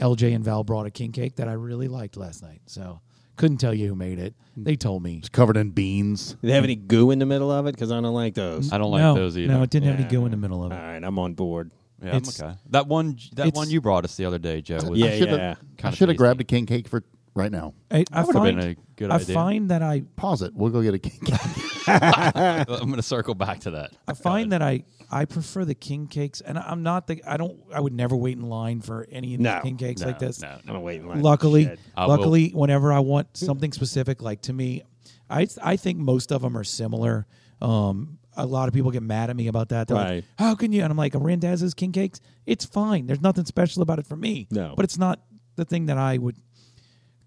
S5: LJ and Val brought a king cake that I really liked last night. So couldn't tell you who made it. They told me.
S2: It's covered in beans.
S3: Do they have any goo in the middle of it? Because I don't like those.
S1: I don't like
S5: no,
S1: those either.
S5: No, it didn't have
S3: Yeah.
S5: any go in the middle of
S3: All
S5: it.
S3: right, I'm on board.
S1: yeah, I'm
S5: it's-
S1: okay. That one, that
S5: it's-
S1: one you brought us the other day, Joe. Was
S3: Yeah,
S2: I shoulda-
S3: yeah.
S2: I
S1: Kinda
S2: should
S1: tasty.
S2: have grabbed a king cake for right now.
S5: I, I
S1: That would've
S5: find,
S1: been a good
S5: I
S1: idea.
S5: find that I
S2: Pause it. We'll go get a king cake.
S1: I'm going to circle back to that.
S5: I find that I I prefer the king cakes, and I'm not the I don't I would never wait in line for any of these
S3: No,
S5: king cakes
S1: No,
S5: like this.
S1: No,
S3: I'm
S1: no.
S3: gonna wait in line.
S5: luckily,
S3: Shit.
S1: I will-
S5: luckily, whenever I want something specific, like to me, I I think most of them are similar. Um, a lot of people get mad at me about that. They're
S3: Right.
S5: like, "How can you?" And I'm like, "Randazzo's king cakes. It's fine. There's nothing special about it for me.
S3: No.
S5: but it's not the thing that I would.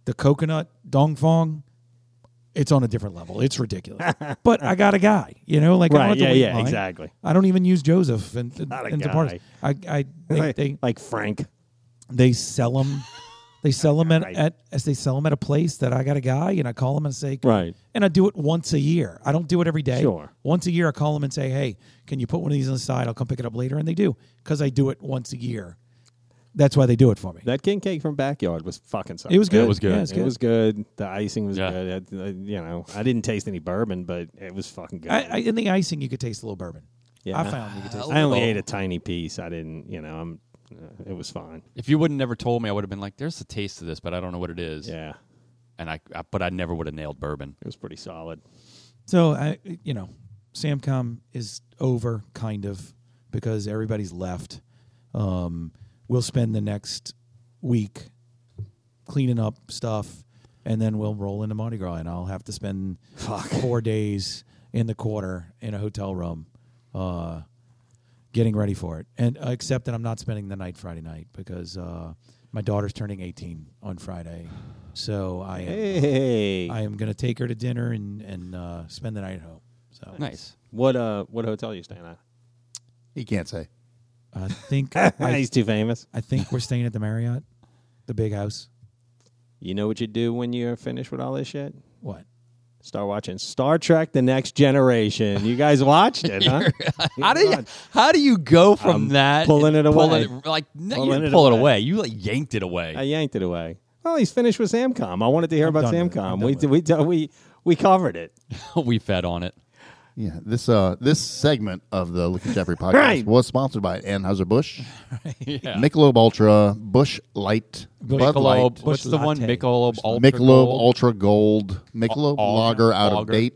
S5: The coconut dong fong, it's on a different level. It's ridiculous. but I got a guy, you know, like I don't
S3: Right,
S5: have to
S3: yeah,
S5: wait in
S3: yeah,
S5: line.
S3: exactly.
S5: I don't even use Joseph and and,
S3: Not a
S5: and
S3: guy.
S5: Departes. I I they,
S3: Like-
S5: they
S3: like Frank.
S5: they sell them they sell them at,
S3: Right.
S5: at as they sell them at a place that I got a guy and I call him and say
S3: Right.
S5: and I do it once a year. I don't do it every day.
S3: Sure.
S5: Once a year I call him and say, "Hey, can you put one of these on the side? I'll come pick it up later." And they do cuz I do it once a year. That's why they do it for me.
S3: That king cake from backyard was fucking something.
S5: it was good.
S1: was good.
S5: Yeah, it's
S3: It was good. The icing was
S1: Yeah.
S3: good. I, I- you know, I didn't taste any bourbon, but it was fucking good.
S5: I, I, in the icing you could taste a little bourbon.
S3: Yeah.
S5: I found you could taste
S3: I only ate a tiny piece. I didn't. You know, I'm. uh, it was fine.
S1: If you wouldn't never told me, I would have been like, "There's a taste to this, but I don't know what it is."
S3: Yeah,
S1: And I, I but I never would have nailed bourbon.
S3: it was pretty solid.
S5: So I, you know, Samcom is over, kind of, because everybody's left. Um, we'll spend the next week cleaning up stuff, and then we'll roll into Mardi Gras, and I'll have to spend four days in the quarter in a hotel room, uh, getting ready for it. And uh, except that I'm not spending the night Friday night because uh, my daughter's turning 18 on Friday, so I am,
S3: Hey,
S5: I am going to take her to dinner and and uh, spend the night at home. So
S1: Nice.
S3: what uh, what hotel you staying at?
S2: He can't say.
S5: I think I,
S3: He's too famous.
S5: I think we're staying at the Marriott, the big house.
S3: You know what you do when you're finished with all this shit?
S5: What?
S3: Start watching Star Trek: The Next Generation. You guys watched it, huh?
S1: How do you how do you go from
S3: I'm
S1: that
S3: pulling it away.
S1: like no, you
S3: Pulling
S1: didn't
S3: it
S1: pull it
S3: away.
S1: away. You like yanked it
S3: I
S1: away.
S3: yanked it away. Well, he's finished with Samcom. I wanted to hear about
S5: done with it. I'm
S3: Samcom.
S5: done
S3: We
S5: with
S3: we
S5: it.
S3: we we we covered it.
S1: we fed on it.
S2: Yeah, this uh this segment of the Look at Jeffrey podcast
S3: Right.
S2: was sponsored by Anheuser Busch,
S1: Yeah.
S2: Michelob Ultra, Bush Light, Bud Light,
S1: Michelob, what's
S5: Bush
S1: the one?
S5: latte.
S1: Michelob Ultra.
S2: Michelob
S1: Gold?
S2: Ultra Gold, Michelob
S1: Al-
S2: Lager out
S1: Lager.
S2: of date.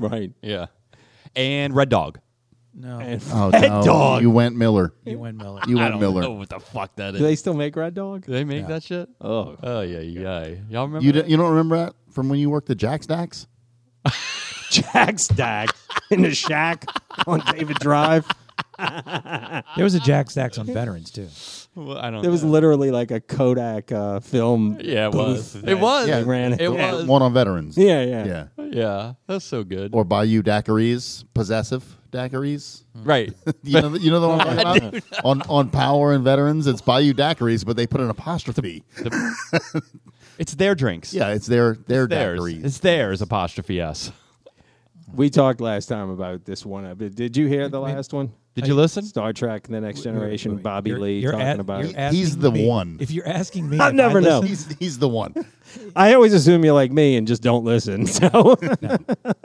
S3: Right.
S1: Yeah. And Red Dog.
S5: No,
S3: And
S2: Oh
S3: Red
S2: no,
S3: Dog.
S2: you went Miller.
S5: you went Miller.
S2: You
S1: I don't
S2: went Miller.
S1: know what the fuck that is.
S3: do they still make Red Dog?
S1: Do they make that shit?
S3: Oh,
S1: Oh yeah, yeah. Y'all remember?
S2: You
S1: that?
S2: don't, you don't remember that from when you worked at Jack Stacks?
S3: Jack Stack in the shack on David Drive.
S5: There was a Jack Stacks on veterans too.
S1: Well, I don't.
S3: There was
S1: know.
S3: literally like a Kodak uh, film.
S1: Yeah, it was.
S3: booth
S1: It was.
S3: that
S2: Yeah.
S3: ran
S1: It was.
S2: Uh, One on veterans.
S3: Yeah, yeah,
S2: yeah.
S1: Yeah, that's so good.
S2: Or Bayou Daiquiris, possessive daiquiris.
S1: right.
S2: You know, you know the one I'm talking about? on on power and veterans. It's Bayou Daiquiris, but they put an apostrophe.
S1: It's their drinks.
S2: Yeah, it's their their
S1: Theirs.
S2: daiquiris.
S1: It's theirs, apostrophe S.
S3: We talked last time about this one. Uh, but Did you hear the last one?
S1: Did you listen?
S3: Star Trek: The Next Generation.
S5: Wait, wait,
S3: Bobby
S5: you're-
S3: Lee
S5: you're
S3: talking
S5: at-
S3: about.
S5: you're
S3: it.
S2: He's
S5: asking
S2: the
S5: me-
S2: one.
S5: If you're asking me,
S3: I
S5: if
S3: never know.
S5: listen-
S2: He's he's the one.
S3: I always assume you're like me and just don't listen. So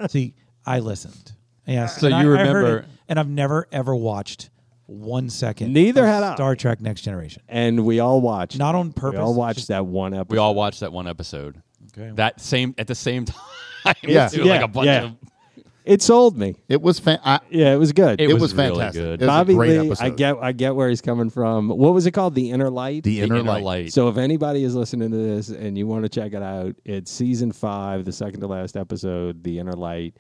S5: See, I listened. Yeah,
S1: So
S5: and I-
S1: you
S5: I heard
S1: remember-
S5: it, and I've never ever watched one second.
S3: Neither
S5: of
S3: had I.
S5: Star Trek Next Generation.
S3: and we all watched.
S5: Not on
S3: we
S5: purpose.
S3: all
S5: it's
S3: watched
S5: just-
S3: that one episode.
S1: We all watched that one episode.
S5: Okay.
S1: That same at the same time.
S2: Yeah.
S1: too, like a bunch
S3: yeah.
S1: of.
S3: It sold me.
S2: It was fan- I,
S3: Yeah, it was good.
S1: It
S2: it,
S1: was
S2: was,
S1: really
S2: fantastic.
S1: good.
S2: It was
S3: Bobby
S2: a great
S3: Lee,
S2: episode.
S3: I get, I get where he's coming from. What was it called? The Inner Light.
S2: the, inner,
S1: The Inner
S2: light.
S1: Light.
S3: So if anybody is listening to this and you want to check it out, it's season five, the second to last episode, The Inner Light.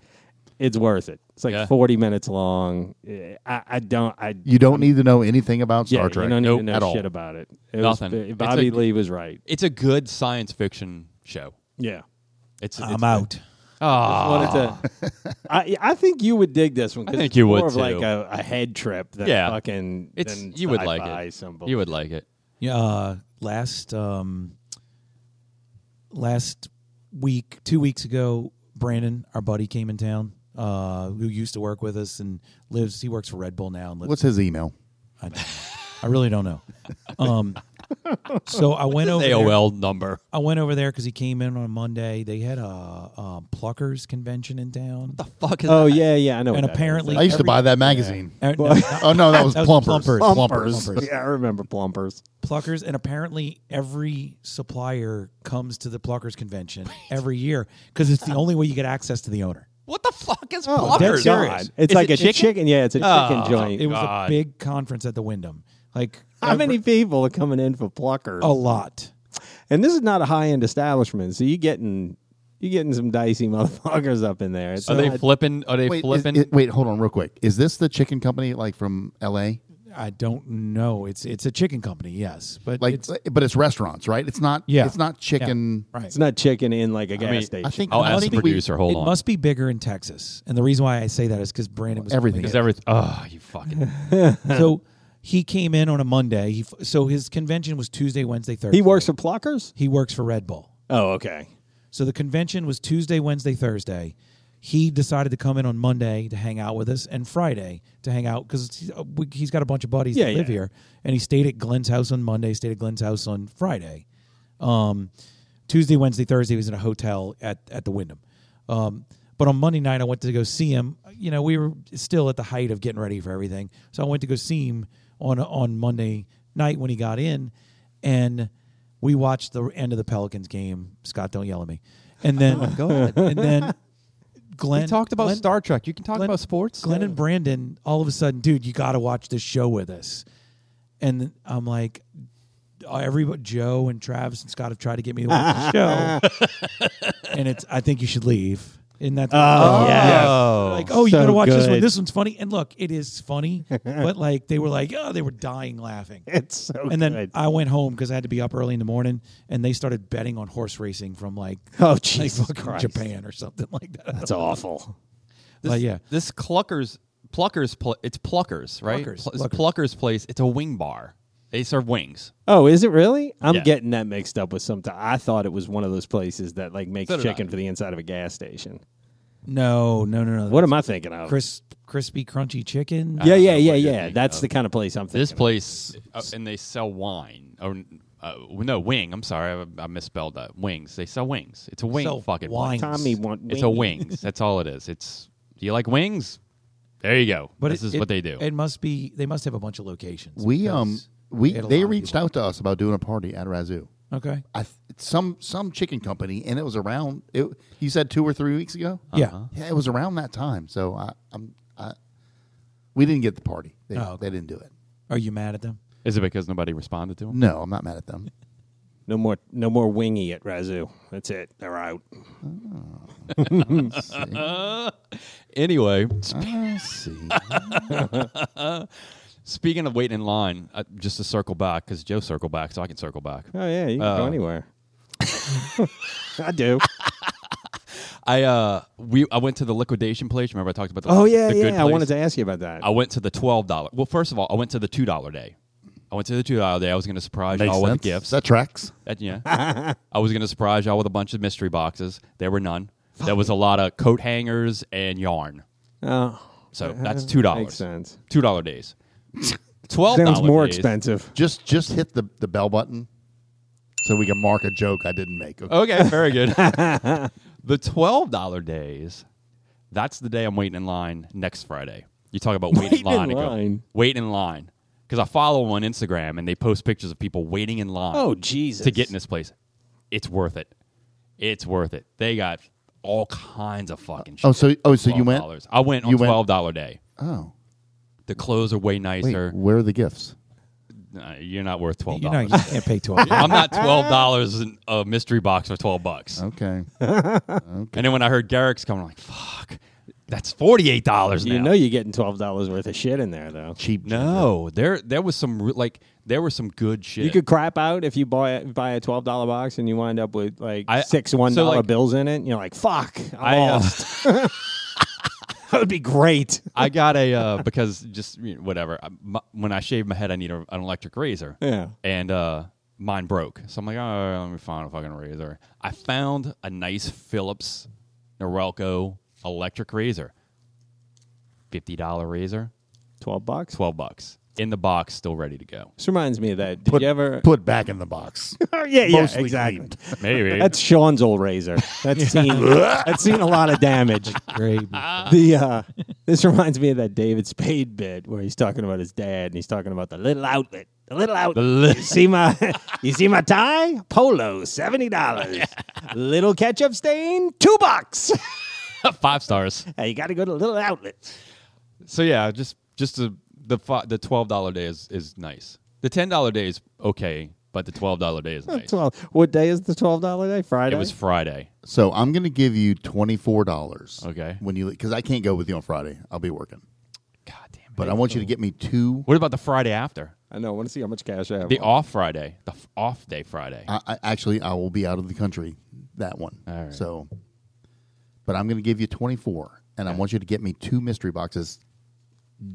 S3: It's worth it. It's like
S1: Yeah.
S3: forty minutes long. Eh, I, I don't. I
S2: You don't need to know anything about
S3: yeah,
S2: Star
S3: you
S2: Trek.
S3: don't need
S1: Nope,
S3: to know
S2: at all.
S3: shit about it. It
S1: Nothing.
S3: Was,
S1: It's a-
S3: Bobby Lee was right.
S1: It's a good science fiction show.
S3: Yeah.
S1: It's. it's
S5: I'm out.
S1: Ah,
S3: Wanted to- I I think you would dig this one. 'cause
S1: I think
S3: it's
S1: you
S3: more
S1: would,
S3: of like
S1: too.
S3: a, a head trip. Than
S1: Yeah.
S3: fucking.
S1: it's
S3: than
S1: you would like
S3: sci-fi
S1: it.
S3: Symbol.
S1: You would like it.
S5: Yeah, uh, last um, last week, two weeks ago, Brandon, our buddy, came in town. Uh, who used to work with us and lives. He works for Red Bull now. And lives,
S2: What's his email?
S5: I, don't know. I really don't know. Um, so I went over there.
S1: AOL number.
S5: I went over there because he came in on Monday. They had a, a pluckers convention in town,
S1: Fuck is
S3: Oh yeah, yeah. I know. what
S5: and
S3: that is.
S5: apparently
S2: I used to
S5: every-
S2: buy that magazine.
S5: uh, no, not
S2: Oh no, that was,
S5: That was
S2: plumpers.
S5: Plumpers.
S3: plumpers. Yeah, I remember plumpers.
S5: pluckers, and apparently every supplier comes to the pluckers convention every year because it's the only way you get access to the owner.
S1: What the fuck is
S5: I'm dead
S1: Plumbers?
S5: serious.
S3: God. It's
S1: Is
S3: like
S1: it
S3: a chicken? Yeah, it's a
S1: Oh,
S3: chicken joint.
S5: It was
S1: God.
S5: a big conference at the Wyndham, like
S3: How many people are coming in for pluckers?
S5: a lot.
S3: and this is not a high end establishment, so you getting you getting some dicey motherfuckers up in there. It's
S1: Are they
S3: not-
S1: flipping? Are they
S2: Wait, is-
S1: flipping?
S2: it- wait, hold on, real quick. Is this the chicken company like from L.A.?
S5: I don't know. It's it's a chicken company, yes, but
S2: Like,
S5: it's,
S2: but it's restaurants, right? It's not.
S5: Yeah.
S2: it's not chicken.
S5: right.
S3: it's not chicken in like a gas
S1: mean, I
S3: station.
S2: I think.
S1: I'll
S2: I
S1: ask the
S2: think we-
S1: producer. hold
S5: it
S1: on.
S5: must be bigger in Texas, and the reason why I say that is because Brandon was
S2: Everything
S5: coming
S1: Is
S5: in.
S1: everything? Oh, you fucking.
S5: so he came in on a Monday. He, f- so his convention was Tuesday, Wednesday, Thursday.
S3: he works for pluckers.
S5: He works for Red Bull.
S3: Oh, okay.
S5: So the convention was Tuesday, Wednesday, Thursday. He decided to come in on Monday to hang out with us and Friday to hang out because he's got a bunch of buddies that
S3: Yeah,
S5: live
S3: yeah.
S5: here. And he stayed at Glenn's house on Monday, stayed at Glenn's house on Friday. Um, Tuesday, Wednesday, Thursday, he was in a hotel at, at the Wyndham. Um, but on Monday night, I went to go see him. You know, we were still at the height of getting ready for everything. So I went to go see him on, on Monday night when he got in. And we watched the end of the Pelicans game. Scott, don't yell at me. And then, and then Glenn Glenn-
S1: Trek. You can talk
S5: Glenn- Glenn and Brandon, all of a sudden, dude, you got to watch this show with us. And I'm like, everybody, Joe and Travis and Scott have tried to get me to watch the show, and it's. I think you should leave. And that's
S3: Oh, yes.
S5: like, oh, you
S3: So
S5: gotta watch this one.
S3: good.
S5: This one's funny. And look, it is funny, but like they were like, oh, they were dying laughing.
S3: It's so
S5: And then
S3: good.
S5: I went home because I had to be up early in the morning, and they started betting on horse racing from like,
S3: oh
S5: like
S3: Jesus
S5: fucking
S3: Christ,
S5: Japan or something like that.
S3: That's awful.
S1: This,
S5: Like, yeah.
S1: This Cluckers, Pluckers, pl- it's Pluckers, right?
S5: Pluckers,
S1: Pl- it's
S5: Pluckers.
S1: Pluckers place. It's a wing bar. They serve wings.
S3: Oh, is it really? I'm
S1: Yeah.
S3: getting that mixed up with something. I thought it was one of those places that like makes
S1: So did I.
S3: chicken for the inside of a gas station.
S5: No, no, no, no.
S3: What am I thinking of?
S5: crisp, crispy, crunchy chicken.
S3: yeah,
S1: don't
S3: yeah,
S1: know
S3: yeah,
S1: what you're
S3: yeah.
S1: thinking
S3: That's
S1: of.
S3: the kind of place I'm thinking.
S1: This
S3: of.
S1: place, uh, and they sell wine. Or uh, no, wing. I'm sorry, I, I misspelled that. Wings. They sell wings. It's a wing
S5: Sell
S1: fucking
S5: wine.
S1: place.
S3: Tommy want
S1: It's a wings. That's all it is. It's. Do you like wings? There you go.
S5: But
S1: this
S5: it-
S1: is
S5: it-
S1: what they do.
S5: It must be. They must have a bunch of locations.
S2: We
S5: because
S2: um we
S5: had a
S2: they
S5: lot of
S2: reached
S5: people.
S2: out to us about doing a party at Razoo.
S5: Okay.
S2: I th- some some chicken company, and it was around. It, you said two or three weeks ago.
S3: Uh-huh.
S5: Yeah.
S2: Yeah, it was around that time. So I, I'm I, we didn't get the party. They,
S5: Oh, okay.
S2: they didn't do it.
S5: Are you mad at them?
S1: Is it because nobody responded to him?
S2: No, I'm not mad at them.
S3: No more, no more wingy at Razoo. That's it. They're out.
S1: Anyway,
S2: I see.
S1: Speaking of waiting in line, uh, just to circle back, because Joe circled back, so I can circle back.
S3: Oh yeah, you can
S1: Uh.
S3: go anywhere. I do.
S1: I uh, we I went to the liquidation place. Remember I talked about the
S3: Oh yeah,
S1: the
S3: yeah.
S1: Good
S3: I wanted to
S1: place?
S3: ask you about that.
S1: I went to the twelve dollar. Well, first of all, I went to the two dollar day. I went to the two dollar day. I was going to surprise
S2: Makes
S1: y'all with
S2: sense.
S1: gifts.
S2: That tracks.
S1: That- yeah, I was going to surprise y'all with a bunch of mystery boxes. There were none. There was a lot of coat hangers and yarn.
S3: oh,
S1: So that's two dollars.
S3: Makes sense.
S1: Two dollar days. Twelve
S3: Sounds more
S1: days.
S3: expensive.
S2: Just just hit the, the bell button so we can mark a joke I didn't make.
S3: Oh,
S2: Okay.
S1: Okay, very good. the twelve dollar days. That's the day I'm waiting in line next Friday. You talk about waiting line.
S3: Waiting in
S1: go,
S3: line.
S1: Wait in line. Because I follow them on Instagram and they post pictures of people waiting in line.
S3: Oh, Jesus.
S1: To get in this place, it's worth it. It's worth it. They got all kinds of fucking. shit.
S2: Oh, so oh, so you went.
S1: $12. I went on
S2: you went-
S1: twelve dollar day.
S2: Oh,
S1: The clothes are way
S2: wait,
S1: nicer.
S2: where are the gifts?
S1: Nah, you're not worth twelve
S5: You know,
S1: dollars.
S5: you can't pay twelve.
S1: I'm not twelve dollars in a mystery box for twelve bucks.
S2: Okay,
S1: And then when I heard Garrick's coming, I'm like, fuck, that's forty eight dollars now.
S3: You know you're getting twelve dollars worth of shit in there though.
S2: cheap.
S1: no, there there was some re- like there was some good shit.
S3: You could crap out if you buy buy a twelve dollar box and you wind up with like
S1: I-
S3: six one
S1: so,
S3: dollar
S1: like-
S3: bills in it. And you're like, fuck,
S1: I,
S3: I
S1: uh,
S3: lost. that would be great.
S1: I got a uh, because just you know, whatever. I- my- when I shave my head, I need a, an electric razor.
S3: Yeah.
S1: and uh, mine broke, so I'm like, oh, let me find a fucking razor. I found a nice Phillips Norelco electric razor, fifty dollar razor,
S3: Twelve bucks.
S1: twelve bucks in the box, still ready to go.
S3: This reminds me of that. Did
S2: Put,
S3: you ever?
S2: put back in the box?
S3: Oh, yeah, yeah,
S2: Mostly
S3: exactly.
S2: cleaned.
S1: Maybe
S3: That's Sean's old razor. That's seen that's seen a lot of damage.
S5: Great.
S3: The uh, this reminds me of that David Spade bit where he's talking about his dad and he's talking about the little outlet. The little outlet.
S1: li-
S3: you see my you see my tie? Polo, seventy dollars. Little ketchup stain, two bucks.
S1: five stars.
S3: Hey, you gotta go to little outlet.
S1: So yeah, just just the the fi- the twelve dollar day is is nice. The ten dollar day is okay, but the twelve dollar day is nice.
S3: Twelve. What day is the twelve dollar day? Friday?
S1: It was Friday.
S2: So I'm going to give you twenty four dollars.
S1: Okay.
S2: When you because I can't go with you on Friday. I'll be working,
S1: God damn it.
S2: but I want you to get me two.
S1: What about the Friday after?
S3: I know, I want to see how much cash I have.
S1: The off Friday, the f- off day Friday.
S2: I, I, actually, I will be out of the country that one.
S1: All right.
S2: So, but I'm going to give you 24, and I want you to get me two mystery boxes.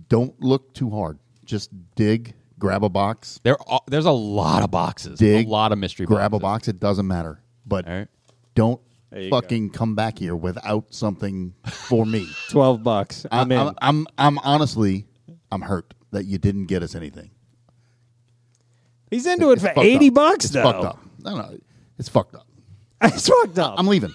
S2: Don't look too hard. Just dig, grab a box,
S1: There, are, there's a lot of boxes,
S2: Dig,
S1: a lot of mystery.
S2: grab a
S1: boxes.
S2: box. It doesn't matter. But
S1: All right.
S2: don't
S3: you go.
S2: fucking come back here without something for me.
S3: twelve bucks.
S2: I-
S3: I'm in.
S2: I'm, I'm, I'm honestly, I'm hurt that you didn't get us anything.
S3: he's into it for
S2: fucked
S3: eighty
S2: up.
S3: bucks
S2: It's
S3: though.
S2: fucked up. No, no, it's fucked up.
S3: It's fucked up.
S2: I'm leaving.